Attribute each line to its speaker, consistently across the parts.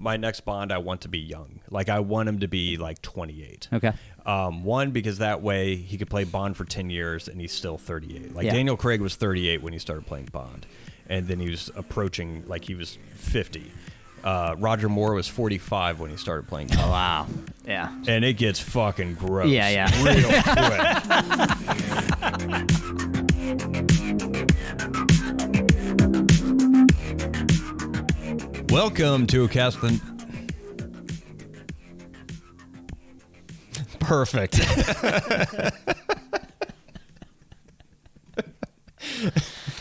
Speaker 1: my next Bond, I want to be young. Like I want him to be like 28.
Speaker 2: Okay.
Speaker 1: Um, one because that way he could play Bond for 10 years and he's still 38. Like
Speaker 2: Yeah.
Speaker 1: Daniel Craig was 38 when he started playing Bond, and then he was approaching like he was 50. Uh, Roger Moore was 45 when he started playing, Bond.
Speaker 2: Wow. Yeah.
Speaker 1: and it gets fucking gross.
Speaker 2: Yeah, yeah.
Speaker 1: Real quick. Welcome to Castlin. Perfect.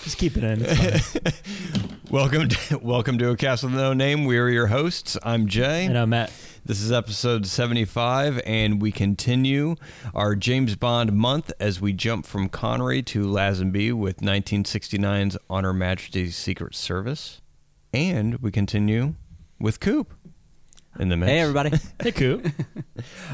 Speaker 3: Just keep it in. It's fine.
Speaker 1: welcome, to, welcome to a Castle with No Name. We are your hosts. I'm Jay.
Speaker 3: and I'm Matt.
Speaker 1: This is episode 75, and we continue our James Bond month as we jump from Connery to Lazenby with 1969's On Her Majesty's Secret Service. And we continue with Coop in the mix.
Speaker 2: Hey everybody.
Speaker 3: Hey, Coop.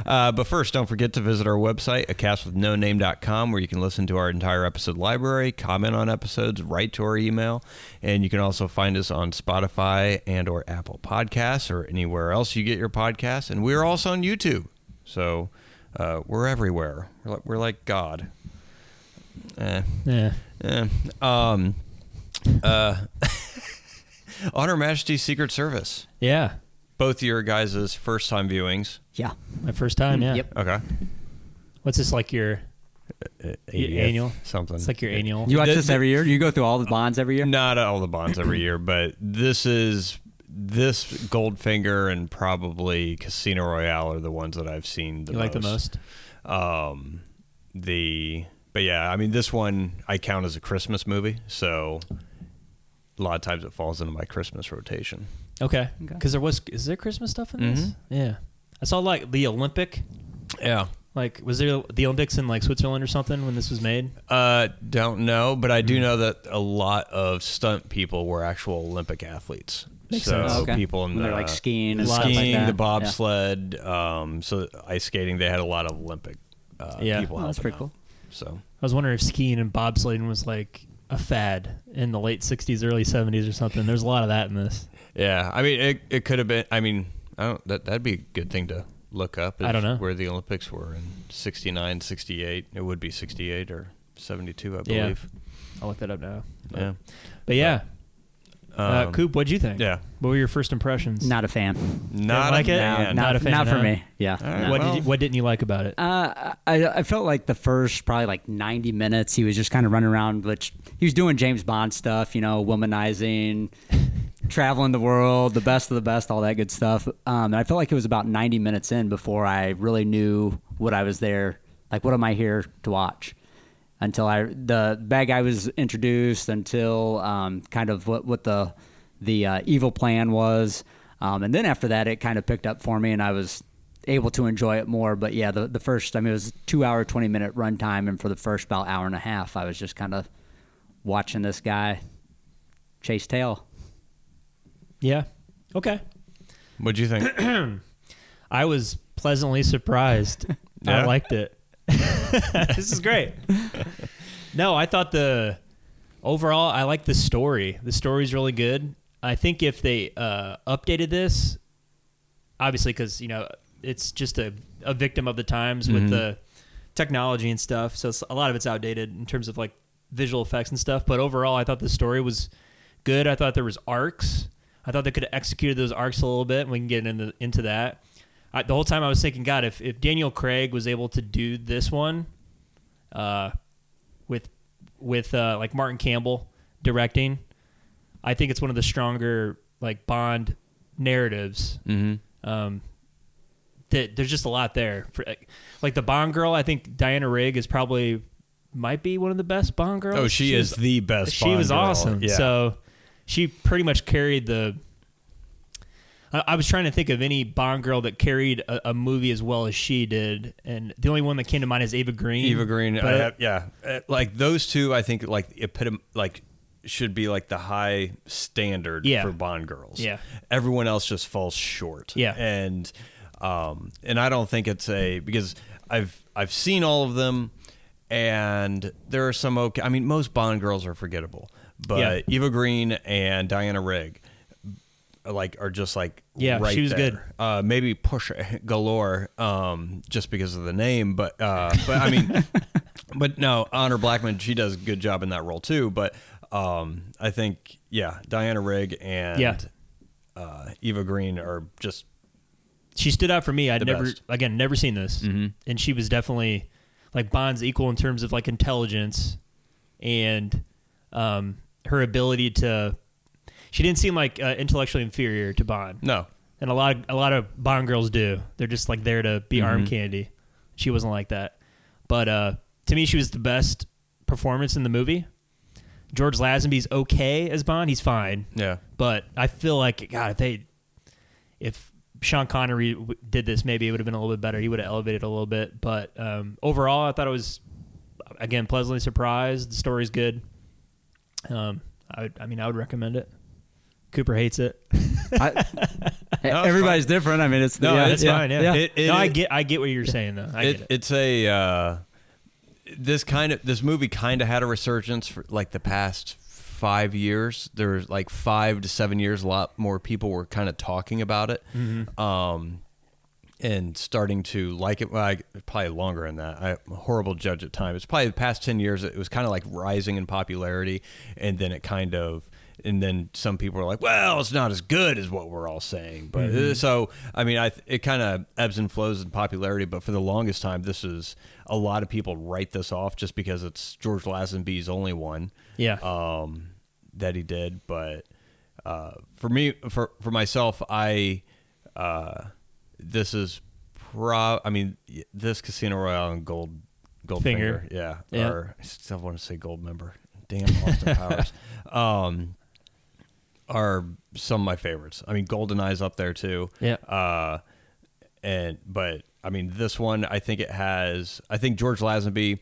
Speaker 1: Uh, but first, don't forget to visit our website, acastwithnoname.com, where you can listen to our entire episode library, comment on episodes, write to our email, and you can also find us on Spotify and or Apple Podcasts or anywhere else you get your podcasts. And we're also on YouTube, so uh, we're everywhere. We're like, we're like God. Eh.
Speaker 3: Yeah.
Speaker 1: Eh. Um, uh, on Her Majesty's Secret Service,
Speaker 3: Yeah.
Speaker 1: both your guys' first time viewings.
Speaker 2: yeah.
Speaker 3: My first time. Yeah.
Speaker 2: Yep.
Speaker 1: Okay.
Speaker 3: What's this like your? Your 80th, annual?
Speaker 1: something.
Speaker 3: It's like your annual.
Speaker 2: You watch
Speaker 1: Th-
Speaker 2: this every year? You go through all the bonds every year?
Speaker 1: not all the bonds every year, but this is this Goldfinger and probably Casino Royale are the ones that I've seen the
Speaker 3: you like the most?
Speaker 1: Um, the but yeah, I mean this one I count as a Christmas movie, so a lot of times it falls into my Christmas rotation.
Speaker 3: Okay.
Speaker 2: Okay.
Speaker 3: Because there was. Is there Christmas stuff in this? Yeah. I saw like the Olympic.
Speaker 1: Yeah.
Speaker 3: Like, was there the Olympics in like Switzerland or something when this was made?
Speaker 1: Uh, don't know, but I
Speaker 3: Hmm.
Speaker 1: do know that a lot of stunt people were actual Olympic athletes.
Speaker 3: Makes
Speaker 1: so
Speaker 3: sense.
Speaker 2: Oh, okay.
Speaker 1: people in
Speaker 2: When
Speaker 1: the
Speaker 2: they're like skiing and
Speaker 1: skiing,
Speaker 2: stuff like that.
Speaker 1: the
Speaker 2: Yeah.
Speaker 1: bobsled, um, so ice skating. They had a lot of Olympic uh,
Speaker 3: Yeah.
Speaker 1: people.
Speaker 2: Oh, that's
Speaker 1: helping
Speaker 2: pretty
Speaker 1: out.
Speaker 2: cool.
Speaker 1: So
Speaker 3: I was wondering if skiing and bobsledding was like a fad in the late '60s, early '70s, or something. There's a lot of that in this.
Speaker 1: yeah, I mean, it, it could have been. I mean, I don't. That that'd be a good thing to look up.
Speaker 3: I
Speaker 1: is
Speaker 3: don't know.
Speaker 1: where the Olympics were in 69, 68. It would be sixty eight or seventy two, I
Speaker 3: Yeah.
Speaker 1: believe.
Speaker 3: I'll look that up now. But-
Speaker 1: Yeah.
Speaker 3: But yeah, uh,
Speaker 1: Um,
Speaker 3: Coop, what'd you think?
Speaker 1: yeah.
Speaker 3: What were your first impressions?
Speaker 2: Not a fan.
Speaker 1: Not
Speaker 3: like
Speaker 1: a
Speaker 3: it?
Speaker 1: fan.
Speaker 2: No,
Speaker 3: Not a fan,
Speaker 2: Not for
Speaker 3: huh?
Speaker 2: me. Yeah.
Speaker 1: All right.
Speaker 2: no.
Speaker 3: what
Speaker 1: well-
Speaker 3: did you, what didn't you like about it?
Speaker 2: Uh, I, I felt like the first probably like 90 minutes he was just kind of running around, which he was doing James Bond stuff, you know, womanizing, traveling the world, the best of the best, all that good stuff. Um, and I felt like it was about 90 minutes in before I really knew what I was there, like what am I here to watch? Until I the bad guy was introduced, until um, kind of what what the the uh, evil plan was, um, and then after that it kind of picked up for me, and I was able to enjoy it more. But yeah, the, the first, I mean, it was two hour, 20 minute runtime. And for the first about hour and a half, I was just kind of watching this guy chase tail.
Speaker 3: yeah. Okay.
Speaker 1: What'd you think?
Speaker 3: I was pleasantly surprised. I
Speaker 1: Yeah?
Speaker 3: liked it. this is great. No, I thought the overall I like the story. The story's really good. I think if they uh, updated this, obviously because you know it's just a, a victim of the times with the technology and stuff. So it's, a lot of it's outdated in terms of like visual effects and stuff. But overall, I thought the story was good. I thought there was arcs. I thought they could have executed those arcs a little bit, and we can get into into that. I, the whole time I was thinking, God, if if Daniel Craig was able to do this one, uh, with with uh, like Martin Campbell directing, I think it's one of the stronger like Bond narratives. Mm-hmm. Um, that there's just a lot there. For, like the Bond girl, I think Diana Rigg is probably might be one of the best Bond girls.
Speaker 1: oh, she, is
Speaker 3: was-
Speaker 1: the best.
Speaker 3: she
Speaker 1: Bond
Speaker 3: was
Speaker 1: girl.
Speaker 3: awesome.
Speaker 1: Yeah.
Speaker 3: So she pretty much carried the. I, I was trying to think of any Bond girl that carried a, a movie as well as she did, and the only one that came to mind is Ava Green.
Speaker 1: Eva Green. I
Speaker 3: But-
Speaker 1: have, yeah, Uh, like those two, I think like epitom like should be like the high standard
Speaker 3: Yeah.
Speaker 1: for Bond girls.
Speaker 3: Yeah.
Speaker 1: everyone else just falls short.
Speaker 3: Yeah.
Speaker 1: and um, and I don't think it's a because I've I've seen all of them, and there are some okay. I mean, most Bond girls are forgettable, but
Speaker 3: Yeah.
Speaker 1: Eva Green and Diana Rigg. like are just like
Speaker 3: Yeah,
Speaker 1: right
Speaker 3: she was
Speaker 1: there.
Speaker 3: good.
Speaker 1: Uh, maybe push galore, um, just because of the name, but uh, but I mean, but no, Honor Blackman, she does a good job in that role too. But um, I think yeah, Diana Rigg and
Speaker 3: Yeah.
Speaker 1: uh, Eva Green are just
Speaker 3: she stood out for me. I'd
Speaker 1: The
Speaker 3: never
Speaker 1: best. Mm-hmm.
Speaker 3: again never seen this, and she was definitely like Bond's equal in terms of like intelligence and um, her ability to. She didn't seem like uh, intellectually inferior to Bond,
Speaker 1: no.
Speaker 3: and a lot of, a lot of Bond girls do. They're just like there to be arm candy. She wasn't like that, but uh, to me, she was the best performance in the movie. George Lazenby's okay as Bond; he's fine.
Speaker 1: Yeah,
Speaker 3: But I feel like God, if they, if Sean Connery w- did this, maybe it would have been a little bit better. He would have elevated a little bit. But um, overall, I thought it was, again, pleasantly surprised. The story's good. Um, I, would, I mean, I would recommend it. Cooper hates it.
Speaker 1: it's
Speaker 2: Everybody's different. I mean, it's
Speaker 1: No,
Speaker 2: yeah,
Speaker 1: it's
Speaker 3: That's
Speaker 2: yeah,
Speaker 3: fine. Yeah.
Speaker 2: yeah.
Speaker 1: It- it-
Speaker 3: no, I get, I get what you're saying though. I
Speaker 1: it,
Speaker 3: get it.
Speaker 1: it's a uh, this kind of this movie kind of had a resurgence for like the past five years. There was like five to seven years, a lot more people were kind of talking about it.
Speaker 3: Mm-hmm.
Speaker 1: Um, and starting to like it. Well, I, probably longer than that. I'm a horrible judge at time. It's probably the past ten years. It was kind of like rising in popularity, and then it kind of. And then some people are like, "Well, it's not as good as what we're all saying." But uh, so, I mean, I it kind of ebbs and flows in popularity. But for the longest time, this is a lot of people write this off just because it's George Lazenby's only one
Speaker 3: Yeah.
Speaker 1: um, that he did. But uh, for me, for for myself, I uh, this is pro. I mean, y- this Casino Royale and Gold Goldfinger,
Speaker 3: Finger.
Speaker 1: yeah,
Speaker 3: Yeah.
Speaker 1: Or I still want to say Gold Member. Damn, Austin Powers. Um, are some of my favorites. I mean, Golden Eyes up there too.
Speaker 3: Yeah.
Speaker 1: Uh, and but I mean, this one I think it has. I think George Lazenby.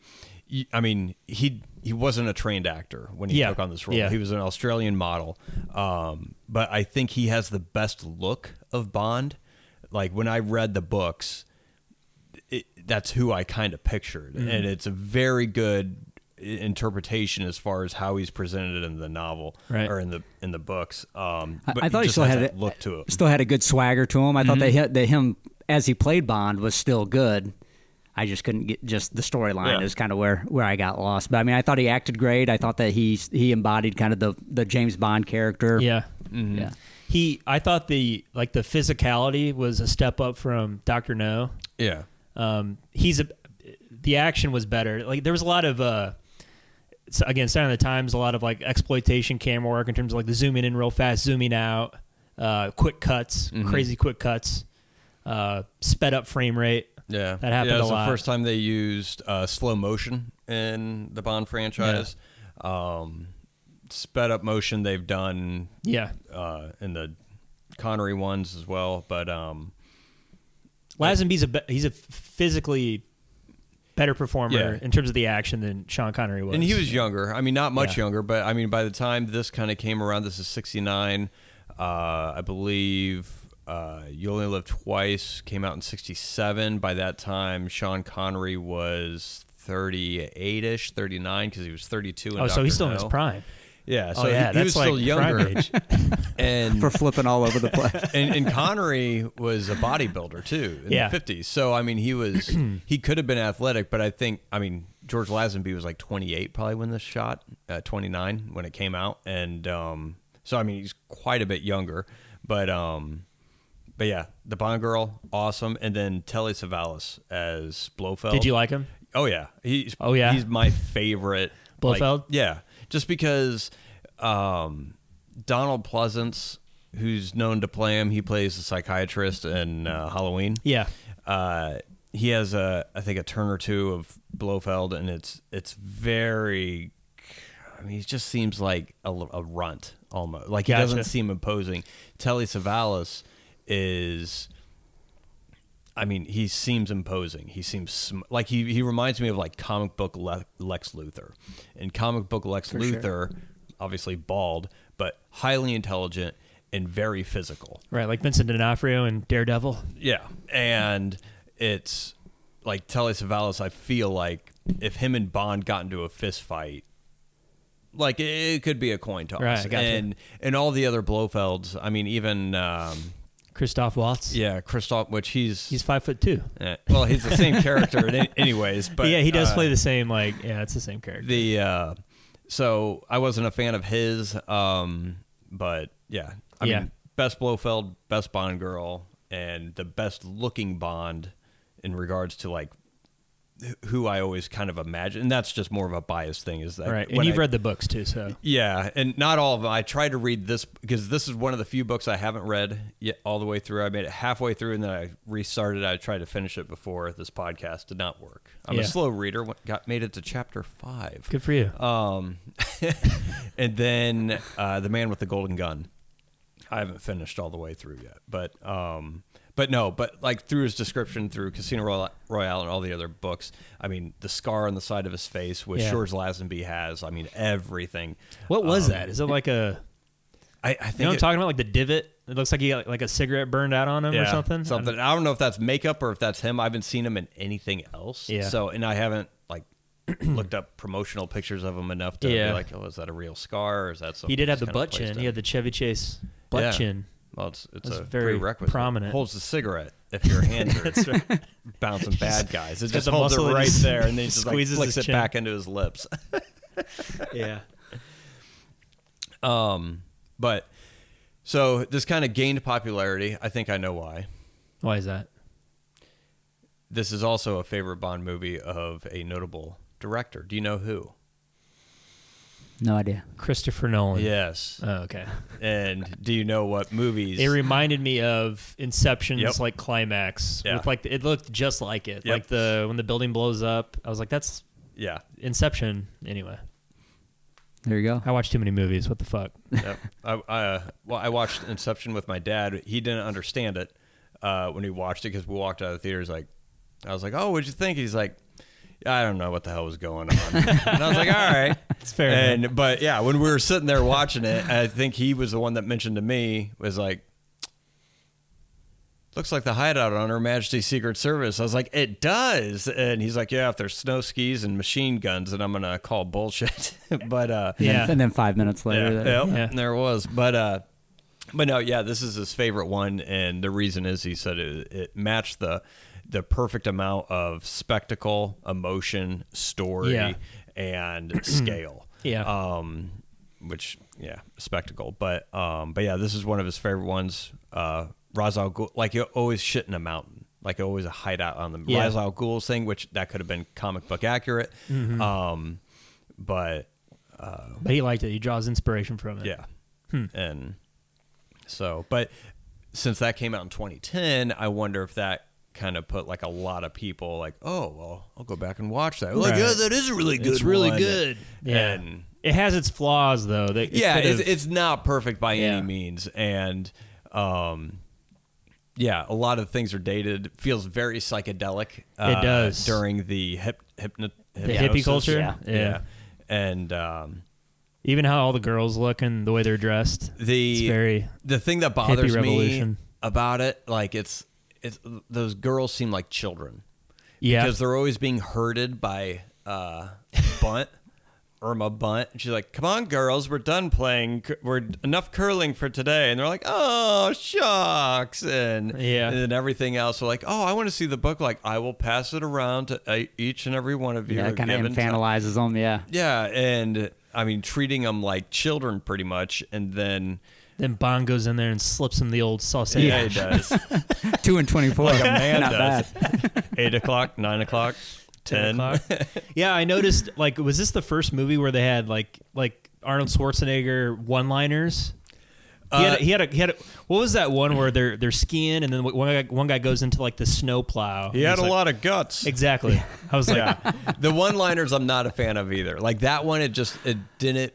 Speaker 1: y- I mean, he he wasn't a trained actor when he
Speaker 3: Yeah.
Speaker 1: took on this role.
Speaker 3: Yeah.
Speaker 1: He was an Australian model, um, but I think he has the best look of Bond. Like when I read the books, it, that's who I kind of pictured,
Speaker 2: Mm-hmm.
Speaker 1: and it's a very good i- interpretation as far as how he's presented in the novel
Speaker 3: Right.
Speaker 1: or in the in the books. Um,
Speaker 2: I-
Speaker 1: but
Speaker 2: I thought he
Speaker 1: just
Speaker 2: still
Speaker 1: has
Speaker 2: had
Speaker 1: that
Speaker 2: it-
Speaker 1: look to Mm-hmm. it.
Speaker 2: still had a good swagger to him. I thought that hi- that him as he played Bond was still good. I just couldn't get just the storyline
Speaker 1: Yeah.
Speaker 2: is kind of where where I got lost. But I mean, I thought he acted great. I thought that he he embodied kind of the the James Bond character. Mm-hmm.
Speaker 3: yeah.
Speaker 2: yeah.
Speaker 3: He, I thought the, like the physicality was a step up from Dr. No.
Speaker 1: Yeah,
Speaker 3: um, he's a the action was better. Like there was a lot of uh, s- again, sign of the times, a lot of like exploitation camera work in terms of like the zooming in real fast, zooming out, uh, quick cuts,
Speaker 1: Mm-hmm.
Speaker 3: crazy quick cuts, uh, sped up frame rate.
Speaker 1: yeah,
Speaker 3: that happened
Speaker 1: Yeah, it
Speaker 3: a
Speaker 1: was
Speaker 3: lot.
Speaker 1: the first time they used uh, slow motion in the Bond franchise. Um, sped up motion they've done
Speaker 3: Yeah,
Speaker 1: uh, in the Connery ones as well, but um,
Speaker 3: Lazenby's a be- he's a physically better performer
Speaker 1: Yeah.
Speaker 3: in terms of the action than Sean Connery was.
Speaker 1: And he was younger. I mean, not much
Speaker 3: Yeah.
Speaker 1: younger, but I mean, by the time this kind of came around, this is 69. Uh, I believe uh, You Only Live Twice came out in 67. By that time, Sean Connery was 38 ish, 39, because he was 32. in
Speaker 3: oh, so
Speaker 1: Dr.
Speaker 3: he's still in
Speaker 1: No.
Speaker 3: his prime.
Speaker 1: Yeah, so
Speaker 3: oh yeah,
Speaker 1: he,
Speaker 3: that's
Speaker 1: he was
Speaker 3: like
Speaker 1: still
Speaker 3: prime
Speaker 1: younger.
Speaker 3: age.
Speaker 1: And
Speaker 2: For flipping all over the place.
Speaker 1: and, and Connery was a bodybuilder too in
Speaker 3: Yeah.
Speaker 1: the 50s. So I mean, he was he could have been athletic, but I think I mean George Lazenby was like 28 probably when this shot, uh, 29 when it came out, and um, so I mean he's quite a bit younger, but um, but yeah, the Bond girl, awesome, and then Telly Savalas as Blofeld.
Speaker 3: Did you like him?
Speaker 1: Oh yeah, he's
Speaker 3: Oh, yeah?
Speaker 1: he's my favorite. like-
Speaker 3: Blofeld?
Speaker 1: yeah, just because um, Donald Pleasance, who's known to play him, he plays the psychiatrist in uh, Halloween.
Speaker 3: Yeah.
Speaker 1: Uh, he has a I think a turn or two of Blofeld, and it's it's very. I mean, he just seems like a, l- a runt almost. Like he
Speaker 3: Gotcha.
Speaker 1: doesn't seem imposing. Telly Savalas is. I mean, he seems imposing. He seems sm- like he, he reminds me of like comic book Le- Lex Luthor. And comic book Lex Luthor, obviously bald, but highly intelligent and very physical.
Speaker 3: Right, like Vincent D'Onofrio and Daredevil.
Speaker 1: Yeah. And it's like Telly Savalas, I feel like if him and Bond got into a fist fight, Like it, it could be a coin toss.
Speaker 3: Right, gotcha.
Speaker 1: And and all the other Blofelds. I mean, even um,
Speaker 3: Christoph Waltz.
Speaker 1: yeah, Christoph, which he's,
Speaker 3: He's five foot two.
Speaker 1: eh, well, he's the same character, in, anyways. But
Speaker 3: yeah, he does
Speaker 1: uh,
Speaker 3: play the same. Like, yeah, it's the same character.
Speaker 1: the uh so I wasn't a fan of his um but yeah I
Speaker 3: Yeah.
Speaker 1: mean best Blofeld best Bond girl and the best looking Bond in regards to like wh- who I always kind of imagine and that's just more of a bias thing is that
Speaker 3: right, and
Speaker 1: when
Speaker 3: you've
Speaker 1: I-
Speaker 3: read the books too, so
Speaker 1: yeah, and not all of them. I tried to read this because this is one of the few books I haven't read yet all the way through. I made it halfway through and then I restarted. I tried to finish it before this podcast did not work. I'm a
Speaker 3: Yeah.
Speaker 1: slow reader. Went- Got made it to chapter five.
Speaker 3: good for you.
Speaker 1: Um, and then uh, the man with the golden gun. I haven't finished all the way through yet, but um, but no, but like through his description through Casino Royale, Royale and all the other books. I mean, the scar on the side of his face, which
Speaker 3: Yeah.
Speaker 1: George Lazenby has. I mean, everything.
Speaker 3: what was that? Is it like a?
Speaker 1: I, I um, think
Speaker 3: You know, what I'm
Speaker 1: it-
Speaker 3: talking about like the divot. It looks like he got like a cigarette burned out on him or
Speaker 1: yeah,
Speaker 3: something.
Speaker 1: Something. I don't know if that's makeup or if that's him. I haven't seen him in anything else.
Speaker 3: Yeah.
Speaker 1: So, and I haven't like looked up promotional pictures of him enough to
Speaker 3: Yeah.
Speaker 1: be like, oh, is that a real scar or is that something?
Speaker 3: He did have
Speaker 1: just
Speaker 3: the
Speaker 1: kinda
Speaker 3: butt
Speaker 1: placed
Speaker 3: chin.
Speaker 1: in?
Speaker 3: He had the Chevy Chase butt
Speaker 1: Yeah.
Speaker 3: chin.
Speaker 1: Well, it's it's
Speaker 3: That's
Speaker 1: a
Speaker 3: very
Speaker 1: prerequisite.
Speaker 3: prominent.
Speaker 1: Holds the cigarette if your hands are bouncing bad guys. It just
Speaker 3: the
Speaker 1: holds it
Speaker 3: muscle and
Speaker 1: right
Speaker 3: just
Speaker 1: there, and then he just like
Speaker 3: squeezes
Speaker 1: flicks it
Speaker 3: his chin.
Speaker 1: back into his lips.
Speaker 3: Yeah,
Speaker 1: Um, but so this kind of gained popularity. I think I know why.
Speaker 3: why is that?
Speaker 1: This is also a favorite Bond movie of a notable director. Do you know who?
Speaker 2: No idea.
Speaker 3: Christopher Nolan.
Speaker 1: Yes.
Speaker 3: Oh, okay.
Speaker 1: And do you know what movies?
Speaker 3: It reminded me of Inception's
Speaker 1: Yep.
Speaker 3: like climax.
Speaker 1: Yeah.
Speaker 3: With like it looked just like it.
Speaker 1: Yep.
Speaker 3: Like the when the building blows up, I was like, that's
Speaker 1: yeah.
Speaker 3: Inception. Anyway,
Speaker 2: There you go.
Speaker 3: I watch too many movies. What the fuck?
Speaker 1: yep. I, I, uh, well, I watched Inception with my dad. He didn't understand it uh, when he watched it because we walked out of the theater. He's like, I was like, "Oh, what'd you think?" He's like, "I don't know what the hell was going on." and I was like, "All right,
Speaker 3: It's fair.
Speaker 1: And but yeah, when we were sitting there watching it, I think he was the one that mentioned to me was like. Looks like the hideout on Her Majesty's Secret Service. I was like, it does, and he's like, yeah, if there's snow skis and machine guns, and I'm gonna call bullshit. but uh,
Speaker 2: And then-
Speaker 3: Yeah.
Speaker 2: and then five minutes later.
Speaker 1: yeah, yep,
Speaker 2: that-
Speaker 3: Yeah.
Speaker 1: there was, but uh, but no, yeah, this is his favorite one, and the reason is he said it, it matched the the perfect amount of spectacle, emotion, story,
Speaker 3: Yeah.
Speaker 1: and scale.
Speaker 3: Yeah.
Speaker 1: Um, which yeah, spectacle, but um, but yeah, this is one of his favorite ones. Uh, Ra's al Ghul, like you always shit in a mountain. Like always a hideout on the
Speaker 3: Yeah.
Speaker 1: Ra's al Ghul thing, which that could have been comic book accurate,
Speaker 3: Mm-hmm.
Speaker 1: um, but
Speaker 3: But he liked it. He draws inspiration from it.
Speaker 1: yeah.
Speaker 3: Hmm.
Speaker 1: And so, but since that came out in 2010, I wonder if that kind of put like a lot of people like, oh, well, I'll go back and watch that. Like,
Speaker 3: Right.
Speaker 1: yeah, that is a really good.
Speaker 3: It's really
Speaker 1: one."
Speaker 3: good. Yeah.
Speaker 1: And
Speaker 3: it has its flaws though. That it
Speaker 1: yeah,
Speaker 3: could
Speaker 1: it's,
Speaker 3: have-
Speaker 1: it's not perfect by
Speaker 3: Yeah.
Speaker 1: any means. And, um, yeah, a lot of things are dated. Feels very psychedelic. uh,
Speaker 3: does.
Speaker 1: during the hip, hypno,
Speaker 3: The hippie culture? Yeah.
Speaker 1: Yeah.
Speaker 3: Yeah.
Speaker 1: and um,
Speaker 3: even how all the girls look and the way they're dressed.
Speaker 1: the
Speaker 3: it's very
Speaker 1: the thing that bothers me
Speaker 3: revolution.
Speaker 1: about it like it's it's those girls seem like children
Speaker 3: yeah.
Speaker 1: because they're always being herded by uh bunt irma bunt And she's like come on girls we're done playing C- we're enough curling for today and they're like oh shucks and
Speaker 3: Yeah.
Speaker 1: and then everything else are like oh i want to see the book like i will pass it around to uh, each and every one of you
Speaker 2: Yeah,
Speaker 1: at
Speaker 2: kind of
Speaker 1: given time."
Speaker 2: infantilizes them. Yeah.
Speaker 1: yeah and i mean treating them like children pretty much and then
Speaker 3: then Bond goes in there and slips him the old sausage.
Speaker 1: yeah, it does
Speaker 2: Two and twenty-four.
Speaker 1: like a man
Speaker 2: Not
Speaker 1: does. Eight o'clock, nine o'clock, ten.
Speaker 3: yeah, I noticed. Like, was this the first movie where they had like like Arnold Schwarzenegger one liners? He, had
Speaker 1: Uh,
Speaker 3: a, he had a he had a, what was that one where they're they're skiing and then one guy, one guy goes into like the snow plow.
Speaker 1: He had a lot of guts.
Speaker 3: Exactly. I was like,
Speaker 1: Yeah. the one-liners I'm not a fan of either. Like that one, it just it didn't.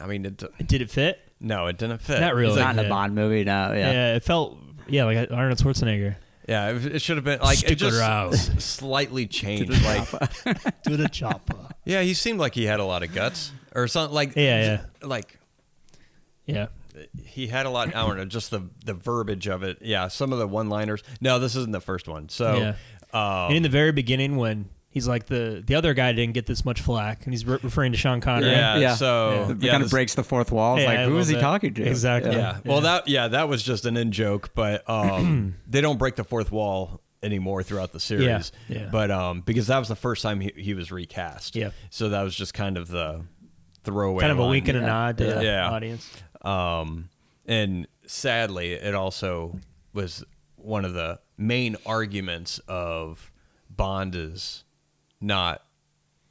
Speaker 1: I mean, it, d-
Speaker 3: did it fit?
Speaker 1: no, it didn't fit.
Speaker 3: Not really.
Speaker 1: It's like-
Speaker 2: Not in a
Speaker 3: Yeah.
Speaker 2: Bond movie. No.
Speaker 3: Yeah.
Speaker 2: Yeah.
Speaker 3: it felt yeah like Arnold Schwarzenegger.
Speaker 1: yeah, it, it should have been like it
Speaker 3: Stick
Speaker 1: just
Speaker 3: around.
Speaker 1: s- slightly changed. Like,
Speaker 3: Do the chopper.
Speaker 1: yeah, he seemed like he had a lot of guts or something. Like,
Speaker 3: Yeah,
Speaker 1: yeah. like
Speaker 3: Yeah,
Speaker 1: he had a lot. I don't know, just the the verbiage of it. Yeah, some of the one-liners. No, this isn't the first one. So,
Speaker 3: yeah.
Speaker 1: um,
Speaker 3: and in the very beginning when He's like the the other guy didn't get this much flack, and he's re- referring to Sean Connery.
Speaker 1: Yeah.
Speaker 2: Yeah.
Speaker 1: So
Speaker 2: It
Speaker 1: yeah,
Speaker 2: kind of
Speaker 1: this-
Speaker 2: breaks the fourth wall. It's
Speaker 3: Yeah, a
Speaker 2: like, who is
Speaker 3: little
Speaker 2: he
Speaker 3: bit.
Speaker 2: talking to?
Speaker 3: Exactly.
Speaker 1: Yeah. Well, that yeah, that was just an in joke, but um, they don't break the fourth wall anymore throughout the series.
Speaker 3: Yeah, yeah.
Speaker 1: But um, because that was the first time he, he was recast.
Speaker 3: Yeah.
Speaker 1: So that was just kind of the throwaway.
Speaker 3: Kind of a
Speaker 1: line.
Speaker 3: wink and a
Speaker 2: Yeah.
Speaker 3: nod to the
Speaker 1: Yeah.
Speaker 3: audience.
Speaker 1: Um, and sadly, it also was one of the main arguments of Bond is not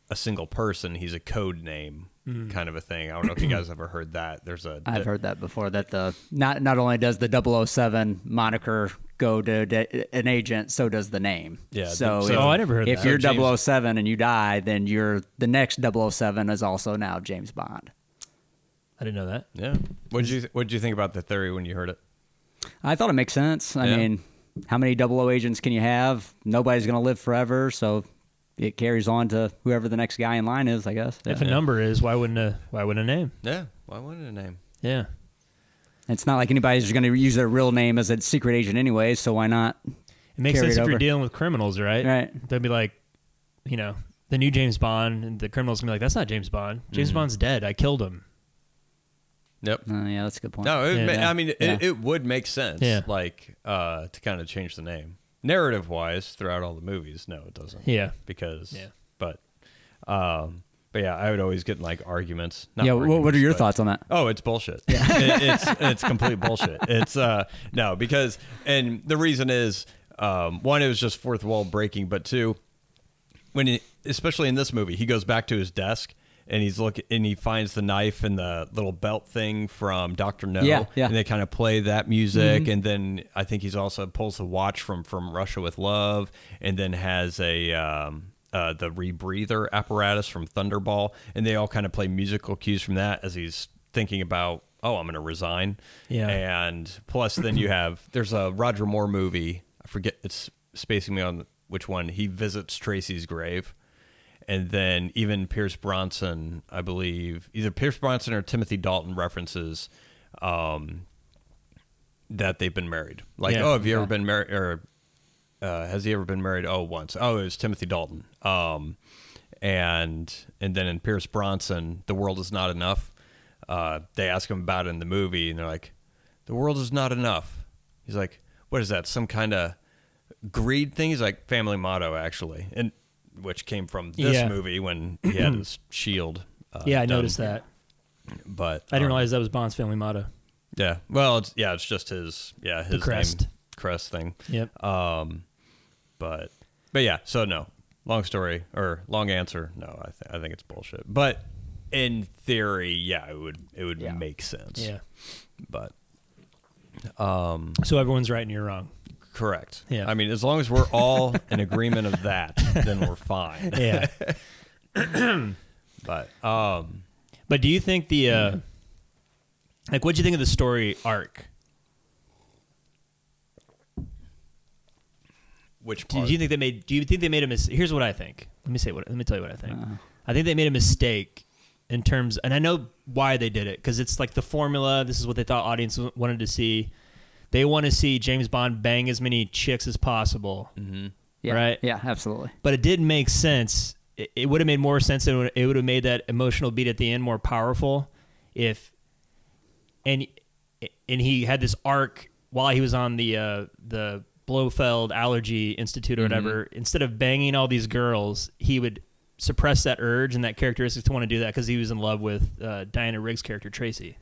Speaker 1: a single person; he's a code name.
Speaker 3: Mm.
Speaker 1: Kind of a thing. I don't know if you guys ever heard that. There's a
Speaker 2: I've heard that before. That the not not only does the 007 moniker go to de- an agent, so does the name.
Speaker 1: Yeah,
Speaker 2: So,
Speaker 1: the-
Speaker 2: if,
Speaker 1: so- Oh, I
Speaker 3: never heard
Speaker 2: if
Speaker 3: that.
Speaker 2: you're
Speaker 1: So James-
Speaker 2: 007 and you die, then you're the next 007 is also now James Bond.
Speaker 3: I didn't know that.
Speaker 1: Yeah. What did you What did you think about the theory when you heard it?
Speaker 2: I thought it makes sense. I
Speaker 1: Yeah.
Speaker 2: mean, how many 00 agents can you have? Nobody's going to live forever, so it carries on to whoever the next guy in line is, I guess.
Speaker 3: If a number is, why wouldn't a why wouldn't a name?
Speaker 1: Yeah. Why wouldn't a name?
Speaker 3: Yeah.
Speaker 2: It's not like anybody's going to use their real name as a secret agent anyway, so why not?
Speaker 3: It makes
Speaker 2: Carry
Speaker 3: sense
Speaker 2: it
Speaker 3: if you're
Speaker 2: over.
Speaker 3: dealing with criminals, right?
Speaker 2: Right.
Speaker 3: They'd be like, you know, the new James Bond, and the criminals gonna be like, that's not James Bond. James
Speaker 2: Mm.
Speaker 3: Bond's dead. I killed him.
Speaker 1: Nope.
Speaker 2: Uh, yeah, that's a good point.
Speaker 1: No. It,
Speaker 3: Yeah,
Speaker 1: ma-
Speaker 3: yeah.
Speaker 1: I mean, it,
Speaker 2: Yeah.
Speaker 1: it would make sense,
Speaker 3: Yeah.
Speaker 1: like, uh, to kind of change the name narrative wise throughout all the movies. No, it doesn't.
Speaker 3: Yeah.
Speaker 1: Because.
Speaker 3: Yeah.
Speaker 1: But. Um. But yeah, I would always get in, like arguments. Not
Speaker 2: yeah, what, what are
Speaker 1: arguments,
Speaker 2: your
Speaker 1: but-
Speaker 2: thoughts on that?
Speaker 1: Oh, it's bullshit. It- it's it's complete bullshit. It's uh no because and the reason is um, one it was just fourth wall breaking, but two when he, especially in this movie he goes back to his desk and he's look and he finds the knife and the little belt thing from Doctor No.
Speaker 2: Yeah, yeah.
Speaker 1: And they kind of play that music and then I think he's also pulls the watch from from Russia with Love and then has a. Um, uh, the rebreather apparatus from Thunderball, and they all kind of play musical cues from that as he's thinking about, oh, I'm going to resign.
Speaker 3: Yeah.
Speaker 1: And plus, then you have there's a Roger Moore movie. I forget it's spacing me on which one. He visits Tracy's grave, and then even Pierce Bronson, I believe, either Pierce Bronson or Timothy Dalton references um, that they've been married. Like,
Speaker 3: Yeah.
Speaker 1: oh, have you ever been married? Or uh, has he ever been married? Oh, once. Oh, it was Timothy Dalton. Um, and and then in Pierce Bronson, the world is not enough. Uh, they ask him about it in the movie, and they're like, "The world is not enough." He's like, "What is that? Some kind of greed thing?" He's like, "Family motto, actually," and which came from this
Speaker 3: Yeah.
Speaker 1: movie when he had his shield. Uh,
Speaker 3: yeah, I
Speaker 1: done.
Speaker 3: noticed that.
Speaker 1: But
Speaker 3: I didn't
Speaker 1: um,
Speaker 3: realize that was Bond's family motto.
Speaker 1: yeah. Well, it's, yeah, it's just his yeah his
Speaker 3: crest.
Speaker 1: name, crest thing.
Speaker 3: Yep.
Speaker 1: But but yeah. So no. Long story or long answer. No, I th- I think it's bullshit. But in theory, yeah, it would it would
Speaker 2: Yeah.
Speaker 1: make sense.
Speaker 3: yeah.
Speaker 1: But
Speaker 3: So everyone's right and you're wrong.
Speaker 1: correct.
Speaker 3: Yeah.
Speaker 1: I mean, as long as we're all in agreement of that, then we're fine.
Speaker 3: Yeah.
Speaker 1: But um,
Speaker 3: but do you think the uh like what'd you think of the story arc?
Speaker 1: which
Speaker 3: Do,
Speaker 1: part?
Speaker 3: do you think they made do you think they made a mis here's what I think. Let me say what let me tell you what I think.
Speaker 1: Uh-huh.
Speaker 3: I think they made a mistake in terms and I know why they did it cuz it's like the formula, this is what they thought audience w- wanted to see. They want to see James Bond bang as many chicks as possible.
Speaker 1: Mm-hmm.
Speaker 2: Yeah,
Speaker 3: Right.
Speaker 2: Yeah, absolutely.
Speaker 3: but it did make sense. It, it would have made more sense, and it would- it would have made that emotional beat at the end more powerful if and and he had this arc while he was on the uh, the Blofeld Allergy Institute or whatever. Instead of banging all these girls, he would suppress that urge and that characteristic to want to do that because he was in love with uh, Diana Riggs' character Tracy.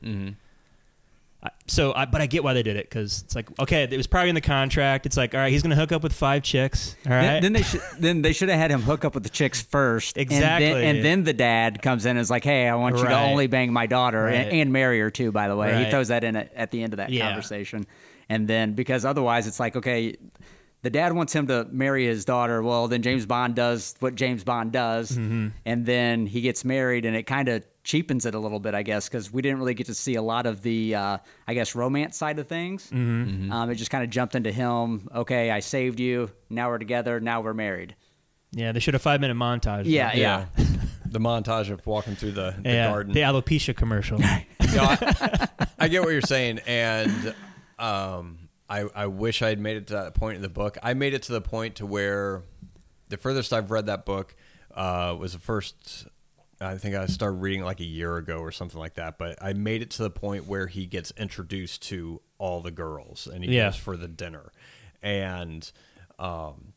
Speaker 3: I- so I, but I get why they did it because it's like okay, it was probably in the contract. It's like all right, he's gonna hook up with five chicks. All right,
Speaker 2: Then, then they should then they should have had him hook up with the chicks first. and then- And
Speaker 3: Exactly.
Speaker 2: then, the dad comes in and is like, "Hey, I want you to
Speaker 3: Right.
Speaker 2: only bang my daughter
Speaker 3: Right.
Speaker 2: and, and marry her too." By the way,
Speaker 3: Right.
Speaker 2: he throws that in at, at the end of that
Speaker 3: Yeah.
Speaker 2: conversation, and then because otherwise it's like, okay. The dad wants him to marry his daughter. Well, then James Bond does what James Bond does, and then he gets married, and it kind of cheapens it a little bit, I guess, because we didn't really get to see a lot of the, uh, I guess, romance side of things.
Speaker 3: Mm-hmm.
Speaker 2: Um, it just kind of jumped into him. Okay, I saved you. Now we're together. Now we're married.
Speaker 3: Yeah, they should have five minute montage.
Speaker 2: Yeah, yeah.
Speaker 1: the montage of walking through the, the
Speaker 3: The, yeah,
Speaker 1: garden.
Speaker 3: the alopecia commercial.
Speaker 1: No, I, I get what you're saying, and um, I I wish I had made it to that point in the book. I made it to the point to where the furthest I've read that book uh, was the first. I think I started reading like a year ago or something like that. But I made it to the point where he gets introduced to all the girls, and he
Speaker 3: Yeah.
Speaker 1: goes for the dinner, and um,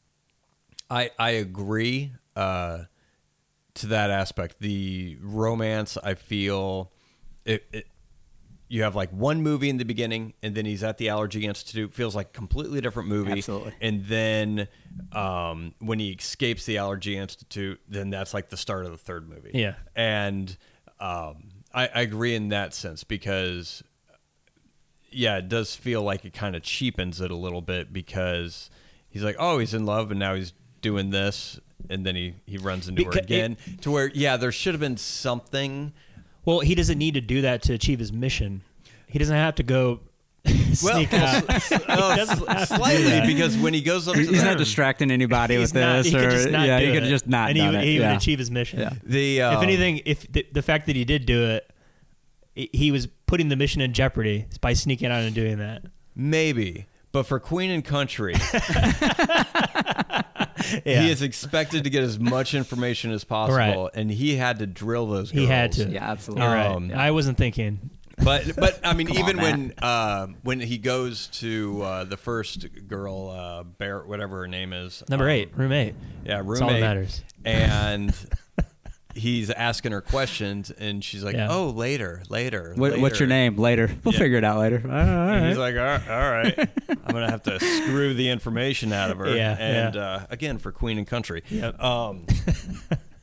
Speaker 1: I I agree. Uh, to that aspect. The romance, I feel, it, it you have like one movie in the beginning, and then he's at the Allergy Institute. Feels like a completely different movie.
Speaker 2: Absolutely.
Speaker 1: And then um, when he escapes the Allergy Institute, then that's like the start of the third movie.
Speaker 3: Yeah.
Speaker 1: And um, I, I agree in that sense because yeah, it does feel like it kind of cheapens it a little bit because he's like, oh, he's in love, and now he's doing this, and then he he runs into her
Speaker 3: Beca-
Speaker 1: again. to where, yeah, there should have been something.
Speaker 3: Well, he doesn't need to do that to achieve his mission. He doesn't have to go sneak out.
Speaker 1: s- s- uh,
Speaker 3: doesn't have to do
Speaker 1: slightly
Speaker 3: that.
Speaker 1: because when he goes up, to
Speaker 2: He's not
Speaker 1: the-
Speaker 2: distracting anybody
Speaker 3: He's
Speaker 2: with
Speaker 3: not,
Speaker 2: this,
Speaker 3: he
Speaker 2: or
Speaker 3: could just not
Speaker 2: yeah,
Speaker 3: do
Speaker 2: he could
Speaker 3: it.
Speaker 2: just not
Speaker 3: and he,
Speaker 2: done
Speaker 3: would-
Speaker 2: it.
Speaker 3: he would
Speaker 2: yeah.
Speaker 3: achieve his mission.
Speaker 2: Yeah.
Speaker 1: the um,
Speaker 3: if anything, if the, the fact that he did do it, i- he was putting the mission in jeopardy by sneaking out and doing that.
Speaker 1: maybe. But for Queen and Country,
Speaker 3: Yeah.
Speaker 1: he is expected to get as much information as possible,
Speaker 3: Right.
Speaker 1: and he had to drill those. Girls.
Speaker 3: He had to.
Speaker 2: Yeah, absolutely.
Speaker 3: All right.
Speaker 1: Um,
Speaker 3: I wasn't thinking.
Speaker 1: But but I mean,
Speaker 2: Come on,
Speaker 1: even
Speaker 2: Matt.
Speaker 1: when uh, when he goes to uh, the first girl, uh, Bear, whatever her name is,
Speaker 3: Number
Speaker 1: um,
Speaker 3: eight, roommate.
Speaker 1: yeah, roommate,
Speaker 3: That's all that matters.
Speaker 1: and he's asking her questions, and she's like,
Speaker 3: Yeah.
Speaker 1: "Oh, later, later,
Speaker 2: What, what's your
Speaker 1: later."
Speaker 2: name? Later, we'll
Speaker 1: Yeah.
Speaker 2: figure it out later. All right.
Speaker 1: And he's like, all right, all right, I'm gonna have to screw the information out of her.
Speaker 3: Yeah,
Speaker 1: and
Speaker 3: yeah.
Speaker 1: Uh, again for Queen and Country.
Speaker 3: Yep.
Speaker 1: Um,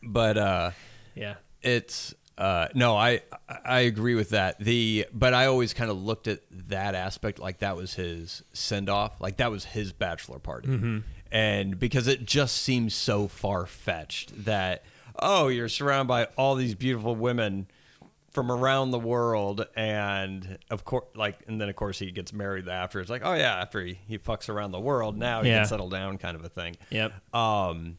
Speaker 1: but uh,
Speaker 3: Yeah.
Speaker 1: it's uh, no, I I agree with that. The but I always kind of looked at that aspect like that was his send off, like that was his bachelor party,
Speaker 3: Mm-hmm.
Speaker 1: and because it just seems so far fetched that oh, you're surrounded by all these beautiful women from around the world, and of course, like and then of course he gets married after. It's like oh yeah, after he, he fucks around the world, now he
Speaker 3: Yeah.
Speaker 1: can settle down, kind of a thing.
Speaker 3: Yep.
Speaker 1: Um,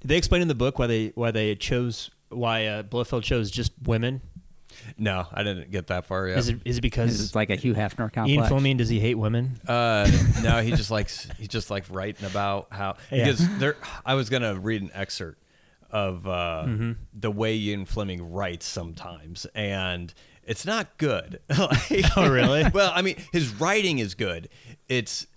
Speaker 3: Did they explain in the book why they why they chose why uh, Blofeld chose just women?
Speaker 1: no, I didn't get that far yet.
Speaker 3: Is it is
Speaker 2: This
Speaker 3: it because
Speaker 2: is like a Hugh Hefner complex.
Speaker 3: Ian Fleming does he hate women?
Speaker 1: Uh, no, he just likes he just like writing about how
Speaker 3: Yeah.
Speaker 1: because there. I was gonna read an excerpt of uh,
Speaker 3: Mm-hmm.
Speaker 1: the way Ian Fleming writes sometimes, and it's not good. Like-
Speaker 3: Oh, really?
Speaker 1: well, I mean, his writing is good. It's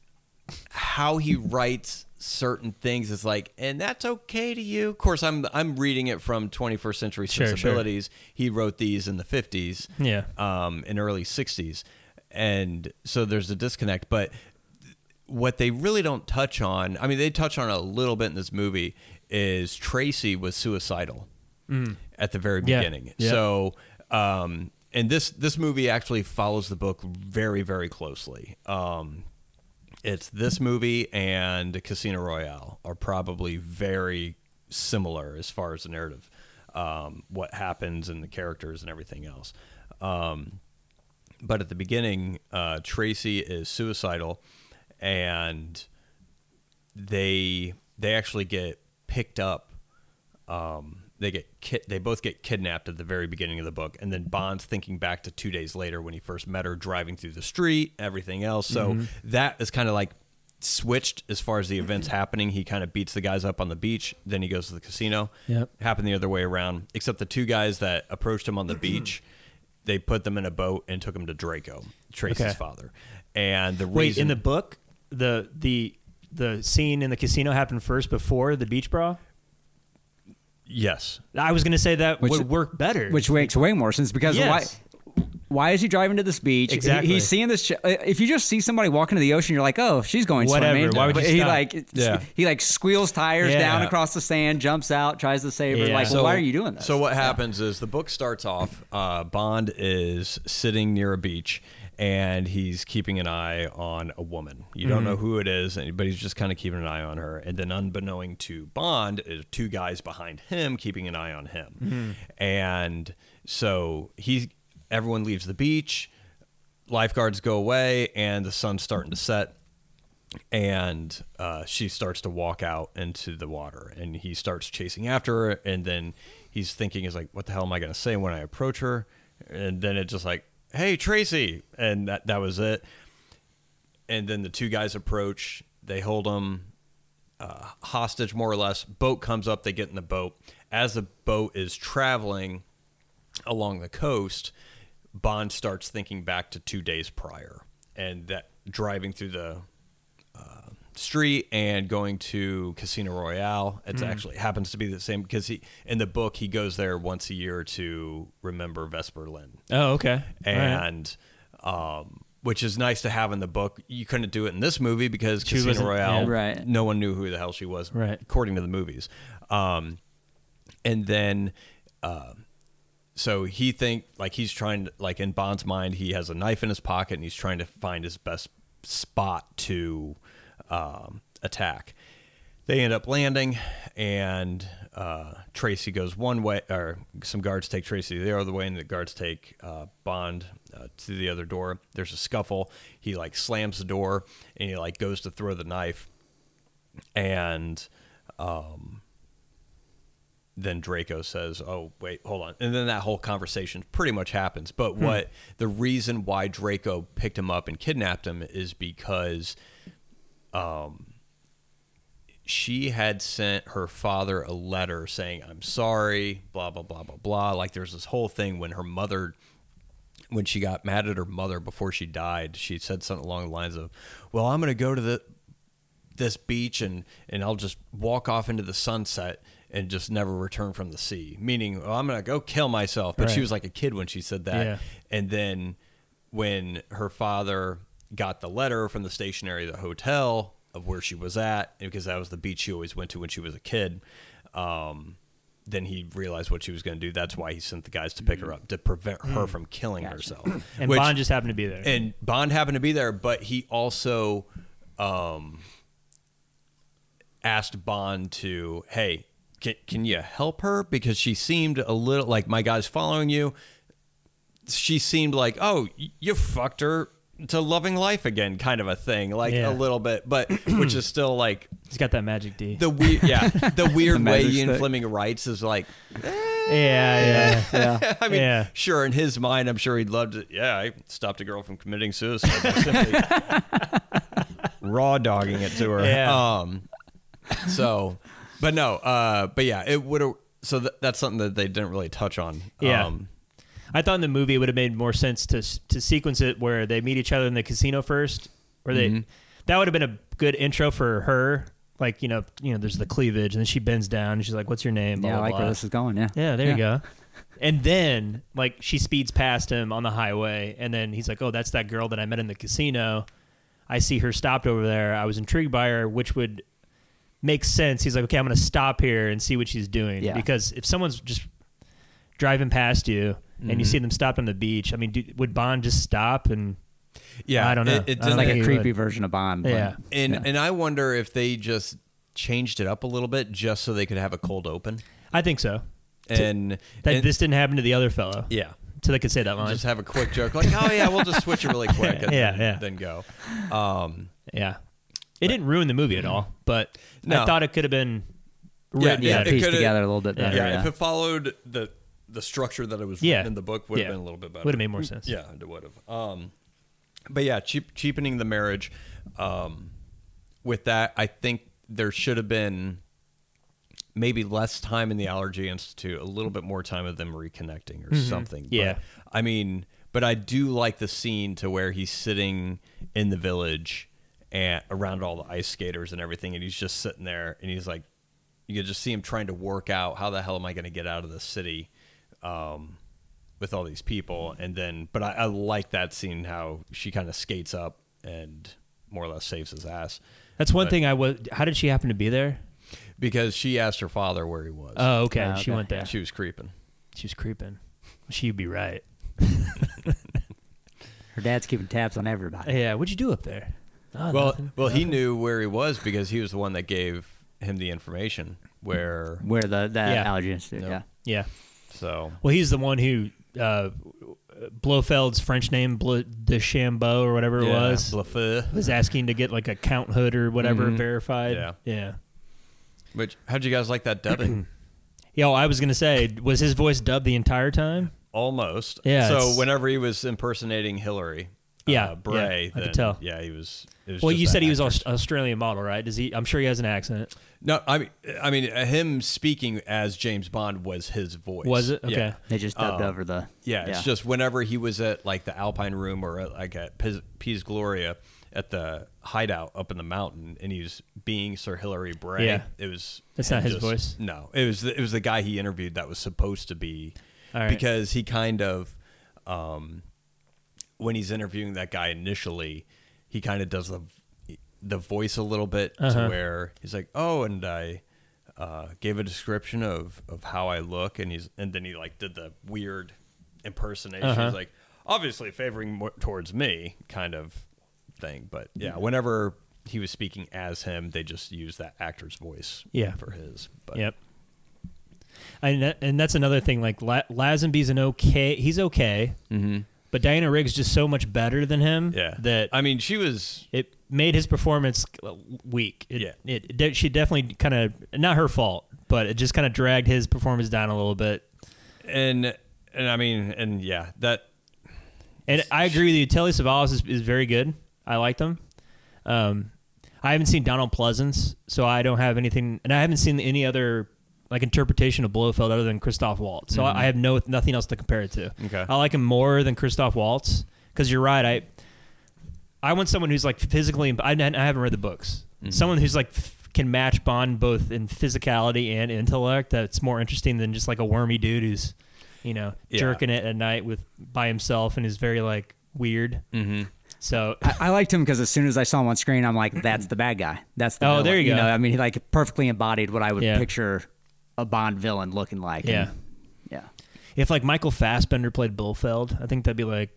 Speaker 1: how he writes certain things is like, and that's okay to you. Of course, I'm I'm reading it from 21st century
Speaker 3: Sure, sure.
Speaker 1: sensibilities. He wrote these in the 50s
Speaker 3: Yeah.
Speaker 1: um, in early 60s. And so there's a disconnect. But what they really don't touch on, I mean, they touch on it a little bit in this movie, is Tracy was suicidal at the very
Speaker 3: Yeah.
Speaker 1: beginning.
Speaker 3: Yeah.
Speaker 1: So, um, and this this movie actually follows the book very very closely. Um, it's this movie and Casino Royale are probably very similar as far as the narrative, um, what happens and the characters and everything else. Um, but at the beginning, uh, Tracy is suicidal, and they they actually get picked up. Um, they get ki- they both get kidnapped at the very beginning of the book, and then Bond's thinking back to two days later when he first met her, driving through the street, everything else. So
Speaker 3: Mm-hmm.
Speaker 1: that is kind of like switched as far as the events happening. He kind of beats the guys up on the beach, then he goes to the casino.
Speaker 3: Yep.
Speaker 1: Happened the other way around, except the two guys that approached him on the beach. They put them in a boat and took him to Draco, Tracy's
Speaker 3: Okay.
Speaker 1: father. And the
Speaker 3: Wait,
Speaker 1: reason
Speaker 3: in the book, the the the scene in the casino happened first before the beach brawl.
Speaker 1: yes,
Speaker 3: I was gonna say that
Speaker 2: Which-
Speaker 3: would work better.
Speaker 2: which makes way more sense because
Speaker 3: Yes.
Speaker 2: why? Why is he driving to this beach? He-
Speaker 3: Exactly.
Speaker 2: he's seeing this. Ch- uh, if you just see somebody walking to the ocean, you're like, "Oh, she's going
Speaker 3: Whatever.
Speaker 2: swimming."
Speaker 3: Why would you
Speaker 2: But he
Speaker 3: stop?
Speaker 2: like?
Speaker 1: Yeah.
Speaker 2: He like squeals tires
Speaker 3: Yeah.
Speaker 2: down across the sand, jumps out, tries to save her.
Speaker 3: Yeah.
Speaker 2: Like, well, why are you doing this?
Speaker 1: So what happens is the book starts off. Uh, Bond is sitting near a beach, and he's keeping an eye on a woman. You don't
Speaker 2: Mm-hmm.
Speaker 1: know who it is, and- but he's just kind of keeping an eye on her. And then, unbeknowing to Bond, is two guys behind him keeping an eye on him.
Speaker 2: Mm-hmm.
Speaker 1: And so he's everyone leaves the beach. Lifeguards go away, and the sun's starting to set and uh, she starts to walk out into the water and he starts chasing after her and then he's thinking is like what the hell am i going to say when i approach her and then it's just like hey tracy and that, that was it and then the two guys approach they hold him uh, hostage, more or less. Boat comes up, they get in the boat. As the boat is traveling along the coast, Bond starts thinking back to two days prior and that driving through the street and going to Casino Royale. It's
Speaker 3: Hmm.
Speaker 1: actually happens to be the same because he in the book he goes there once a year to remember Vesper Lynn
Speaker 3: Oh, okay. All right.
Speaker 1: and um, which is nice to have in the book. You couldn't do it in this movie because
Speaker 3: She
Speaker 1: Casino
Speaker 3: wasn't-
Speaker 1: Royale,
Speaker 2: yeah. Right.
Speaker 1: no one knew who the hell she was,
Speaker 3: Right.
Speaker 1: according to the movies. Um, and then, uh, so he think like he's trying to like in Bond's mind, he has a knife in his pocket and he's trying to find his best spot to um, attack. They end up landing, and uh, Tracy goes one way, or some guards take Tracy the other way, and the guards take uh, Bond uh, to the other door. There's a scuffle. He like slams the door, and he like goes to throw the knife, and um, then Draco says, "Oh wait, hold on," and then that whole conversation pretty much happens. But what the reason why Draco picked him up and kidnapped him is because she had sent her father a letter saying, I'm sorry, blah, blah, blah, blah, blah. Like there's this whole thing when her mother, when she got mad at her mother before she died, she said something along the lines of, Well, I'm going to go to the, this beach and, and I'll just walk off into the sunset and just never return from the sea. Meaning, oh, I'm going to go kill myself. But she
Speaker 3: Right.
Speaker 1: was like a kid when she said that.
Speaker 3: Yeah.
Speaker 1: And then when her father got the letter from the stationery at the hotel of where she was at, because that was the beach she always went to when she was a kid, um, then he realized what she was going to do. That's why he sent the guys to pick her up to prevent her from killing herself.
Speaker 3: Mm-hmm. Mm. and
Speaker 1: Which-
Speaker 3: Bond just happened to be there.
Speaker 1: and Bond happened to be there, but he also um, asked Bond to, hey, can, can you help her? Because she seemed a little like my guy's following you. She seemed like, oh, y- you fucked her to loving life again, kind of a thing, like
Speaker 3: Yeah.
Speaker 1: a little bit, but which is still like
Speaker 3: He's got that magic D.
Speaker 1: the weird, yeah, the weird way
Speaker 2: magic
Speaker 1: Ian
Speaker 2: stick.
Speaker 1: Fleming writes is like,
Speaker 3: yeah, yeah.
Speaker 2: Yeah.
Speaker 1: I mean,
Speaker 3: Yeah.
Speaker 1: sure, in his mind, I'm sure he'd love to. Yeah, I stopped a girl from committing suicide by simply raw dogging it to her.
Speaker 3: Yeah.
Speaker 1: Um, so, but no, uh, but yeah, it would have. So th- that's something that they didn't really touch on. Um,
Speaker 3: Yeah. I thought in the movie it would have made more sense to to sequence it where they meet each other in the casino first, or they that would have been a good intro for her. Like you know, you know, there's the cleavage, and then she bends down, and she's like, "What's your name?" Blah,
Speaker 2: Yeah, I
Speaker 3: blah,
Speaker 2: like where
Speaker 3: blah.
Speaker 2: this is going. Yeah.
Speaker 3: Yeah, there you go. And then like she speeds past him on the highway, and then he's like, "Oh, that's that girl that I met in the casino. I see her stopped over there. I was intrigued by her, which would make sense." He's like, "Okay, I'm going to stop here and see what she's doing
Speaker 2: Yeah.
Speaker 3: because if someone's just driving past you and you see them stopped on the beach, I mean, do, would Bond just stop and
Speaker 1: yeah,
Speaker 3: I don't
Speaker 1: It,
Speaker 3: know.
Speaker 1: it
Speaker 3: I don't
Speaker 2: It's like
Speaker 1: didn't-
Speaker 3: think
Speaker 2: a
Speaker 3: he
Speaker 2: creepy
Speaker 3: would.
Speaker 2: version of Bond. but-
Speaker 3: Yeah.
Speaker 1: and and I wonder if they just changed it up a little bit just so they could have a cold open
Speaker 3: I think so.
Speaker 1: and,
Speaker 3: That
Speaker 1: and-
Speaker 3: this didn't happen to the other fellow,
Speaker 1: yeah.
Speaker 3: so they could say that line.
Speaker 1: Just have a quick joke like, oh yeah, we'll just switch it really quick, and
Speaker 3: Yeah,
Speaker 1: then,
Speaker 3: yeah.
Speaker 1: then go. Um,
Speaker 3: Yeah. It didn't ruin the movie at all, but
Speaker 1: No.
Speaker 3: I thought it could have been
Speaker 1: Yeah,
Speaker 3: written
Speaker 1: yeah,
Speaker 3: better.
Speaker 1: it
Speaker 2: pieced
Speaker 1: could've-
Speaker 2: together a little bit
Speaker 3: Yeah.
Speaker 2: better.
Speaker 1: yeah,
Speaker 2: Yeah,
Speaker 1: if it followed the the structure that it was
Speaker 3: Yeah.
Speaker 1: written in the book would have
Speaker 3: Yeah.
Speaker 1: been a little bit better
Speaker 3: Would have made more sense.
Speaker 1: yeah it would have um but yeah cheap, cheapening the marriage um with that i think there should have been maybe less time in the allergy institute a little bit more time of them reconnecting or something
Speaker 3: Mm-hmm. Yeah.
Speaker 1: but, i mean but i do like the scene to where he's sitting in the village and around all the ice skaters and everything and he's just sitting there and he's like you could just see him trying to work out how the hell am i going to get out of this city um, with all these people and then but i, I like that scene how she kind of skates up and more or less saves his ass
Speaker 3: That's one
Speaker 1: But-
Speaker 3: thing I was. How did she happen to be there?
Speaker 1: because she asked her father where he was
Speaker 3: Oh, okay.
Speaker 2: Oh,
Speaker 3: She
Speaker 2: okay.
Speaker 3: went there.
Speaker 1: she was creeping
Speaker 3: She was creeping. She'd be right.
Speaker 2: Her dad's keeping tabs on everybody.
Speaker 3: Yeah. What'd you do up there? Oh,
Speaker 1: well
Speaker 3: nothing.
Speaker 1: well he knew where he was because he was the one that gave him the information where
Speaker 2: Where the that
Speaker 3: Yeah.
Speaker 2: allergy institute.
Speaker 1: Yep.
Speaker 2: Yeah.
Speaker 3: yeah.
Speaker 1: so
Speaker 3: Well, he's the one who uh, Blofeld's French name, Bl- DeChambeau or whatever it was,
Speaker 1: Blafeu.
Speaker 3: was asking to get like a count hood or whatever
Speaker 1: Mhm.
Speaker 3: verified.
Speaker 1: Yeah.
Speaker 3: Yeah.
Speaker 1: which how'd you guys like that dubbing
Speaker 3: Yo, I was gonna say, was his voice dubbed the entire time?
Speaker 1: almost
Speaker 3: Yeah,
Speaker 1: so
Speaker 3: it's-
Speaker 1: whenever he was impersonating hillary uh,
Speaker 3: Yeah, yeah,
Speaker 1: Bray.
Speaker 3: I could
Speaker 1: then,
Speaker 3: tell.
Speaker 1: Yeah, he was. It was
Speaker 3: Well,
Speaker 1: just
Speaker 3: you
Speaker 1: that
Speaker 3: said he was
Speaker 1: actor.
Speaker 3: Aus- Australian model, right? Does he? I'm sure he has an accent.
Speaker 1: No, I mean, I mean, uh, him speaking as James Bond was his voice.
Speaker 3: Was it? Okay.
Speaker 1: Yeah.
Speaker 2: They just dubbed
Speaker 3: Oh.
Speaker 2: over the.
Speaker 1: Yeah, it's just whenever he was at like the Alpine Room or at, like at Piz, Piz Gloria at the hideout up in the mountain, and he was being Sir Hilary Bray.
Speaker 3: Yeah.
Speaker 1: it was.
Speaker 3: That's
Speaker 1: him
Speaker 3: not his voice?
Speaker 1: No, it was the, it was the guy he interviewed that was supposed to be,
Speaker 3: All right.
Speaker 1: because he kind of, um, when he's interviewing that guy initially, he kind of does the the voice a little bit
Speaker 3: Uh-huh.
Speaker 1: to where he's like, "Oh, and I uh, gave a description of of how I look," and he's and then he like did the weird impersonation.
Speaker 3: Uh-huh.
Speaker 1: He's like, "Obviously favoring more towards me," kind of thing. But
Speaker 3: Mm-hmm.
Speaker 1: yeah, whenever he was speaking as him, they just used that actor's voice.
Speaker 3: Yeah.
Speaker 1: for his. But
Speaker 3: Yep. And that, and that's another thing. Like La- Lazenby's an okay. He's okay. Mm-hmm. But Diana Riggs just so much better than him.
Speaker 1: yeah,
Speaker 3: That
Speaker 1: I mean, she was
Speaker 3: it made his performance weak. It,
Speaker 1: Yeah.
Speaker 3: It, de- she definitely kind of not her fault, but it just kind of dragged his performance down a little bit.
Speaker 1: and and I mean and yeah that
Speaker 3: And I agree with you. Telly Savalas is, is very good. I liked him. Um, I haven't seen Donald Pleasance, so I don't have anything, and I haven't seen any other like interpretation of Blofeld other than Christoph Waltz. So I, I have no nothing else to compare it to.
Speaker 1: Okay.
Speaker 3: I like him more than Christoph Waltz because you're right. I I want someone who's like physically. I, I haven't read the books. Someone who's like f- can match Bond both in physicality and intellect. That's more interesting than just like a wormy dude who's, you know,
Speaker 1: Yeah.
Speaker 3: jerking it at night with by himself and is very like weird.
Speaker 1: Mm.
Speaker 3: Mm-hmm. So
Speaker 2: I, I liked him because as soon as I saw him on screen, I'm like, that's the bad guy. That's the
Speaker 3: Oh,
Speaker 2: villain."
Speaker 3: there you go.
Speaker 2: know, I mean, he like perfectly embodied what I would
Speaker 3: Yeah.
Speaker 2: picture a Bond villain looking like. and-
Speaker 3: Yeah.
Speaker 2: yeah.
Speaker 3: if like Michael Fassbender played Blofeld, I think that'd be like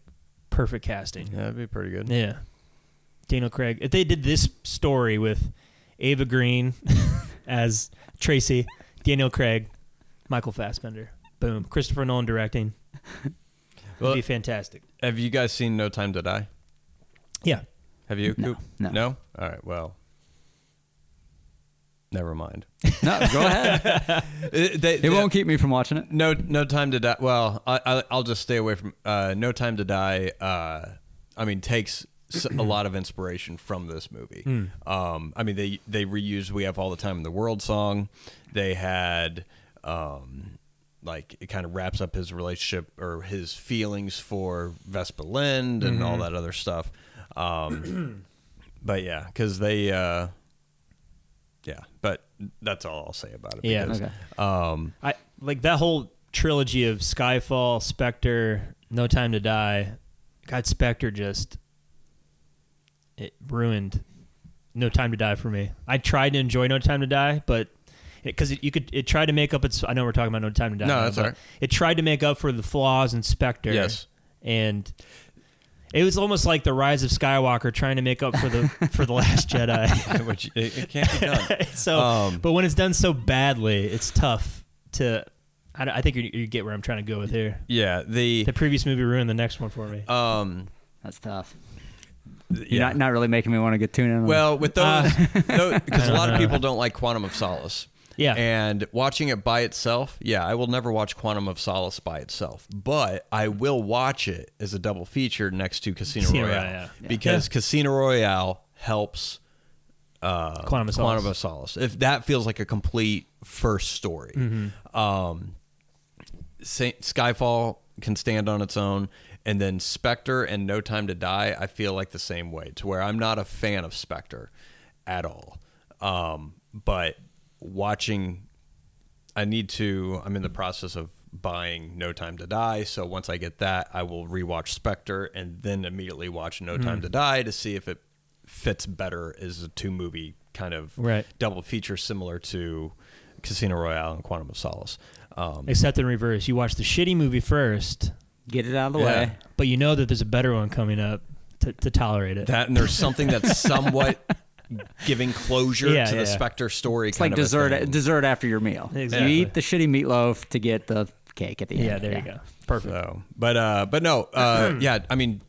Speaker 3: perfect casting.
Speaker 1: yeah, that'd be pretty good.
Speaker 3: Yeah. Daniel Craig. If they did this story with Ava Green as Tracy, Daniel Craig, Michael Fassbender. Boom. Christopher Nolan directing. It'd
Speaker 1: Well-
Speaker 3: be fantastic.
Speaker 1: Have you guys seen No Time to Die?
Speaker 3: Yeah.
Speaker 1: Have you? Coop?
Speaker 2: no.
Speaker 1: All right. Well, never mind.
Speaker 2: No, go ahead.
Speaker 1: it they-
Speaker 2: It won't keep me from watching it.
Speaker 1: No, no time to die. Well, I, I, I'll just stay away from. Uh, no time to die. Uh, I mean, takes s- a lot of inspiration from this movie. Um, I mean, they they reused "We Have All the Time in the World" song. They had. Um, like it kind of wraps up his relationship or his feelings for Vespa Lind and all that other stuff. Um, but yeah, because they, uh, yeah, but that's all I'll say about it.
Speaker 3: Yeah.
Speaker 1: because,
Speaker 2: Okay.
Speaker 1: Um,
Speaker 3: I like that whole trilogy of Skyfall, Spectre, No Time to Die. God, Spectre just it ruined No Time to Die for me. I tried to enjoy No Time to Die, but because it, you could, it tried to make up its. I know we're talking about No Time to Die.
Speaker 1: No,
Speaker 3: now,
Speaker 1: that's
Speaker 3: but
Speaker 1: all right.
Speaker 3: It tried to make up for the flaws in Spectre.
Speaker 1: Yes.
Speaker 3: and. It was almost like the rise of Skywalker trying to make up for the for the last Jedi.
Speaker 1: which it, it can't be done.
Speaker 3: so,
Speaker 1: Um,
Speaker 3: but when it's done so badly, it's tough to. I, don't- I think you, you get where I'm trying to go with here.
Speaker 1: Yeah, the
Speaker 3: The previous movie ruined the next one for me.
Speaker 1: um,
Speaker 2: That's tough. You're
Speaker 1: yeah.
Speaker 2: not, not really making me want to get tuned in. on
Speaker 1: well, with those,
Speaker 3: Uh,
Speaker 1: because a lot of people don't like Quantum of Solace.
Speaker 3: Yeah.
Speaker 1: and watching it by itself, yeah, I will never watch Quantum of Solace by itself, but I will watch it as a double feature next to Casino,
Speaker 3: Casino
Speaker 1: Royale,
Speaker 3: Royale. Yeah.
Speaker 1: because Casino Royale helps
Speaker 3: Quantum of Solace.
Speaker 1: Quantum of Solace. If that feels like a complete first story,
Speaker 3: Mm-hmm.
Speaker 1: um, Sa- Skyfall can stand on its own, and then Spectre and No Time to Die. I feel like the same way, to where I'm not a fan of Spectre at all. Um, but watching, I need to. I'm in the process of buying No Time to Die, so once I get that, I will rewatch Spectre and then immediately watch No Time to Die to see if it fits better as a two movie kind of
Speaker 3: Right.
Speaker 1: double feature, similar to Casino Royale and Quantum of Solace. Um,
Speaker 3: Except in reverse, you watch the shitty movie first,
Speaker 2: it. Get it out of the
Speaker 1: Yeah.
Speaker 2: way.
Speaker 3: but you know that there's a better one coming up to, to tolerate it.
Speaker 1: that and there's something that's somewhat giving closure
Speaker 3: Yeah,
Speaker 1: to
Speaker 3: yeah.
Speaker 1: the Spectre story.
Speaker 2: It's like dessert dessert after your meal.
Speaker 3: Exactly.
Speaker 2: You eat the shitty meatloaf to get the cake at the end.
Speaker 3: yeah, there you go. Perfect.
Speaker 1: So, but uh, but no, uh, yeah. I mean,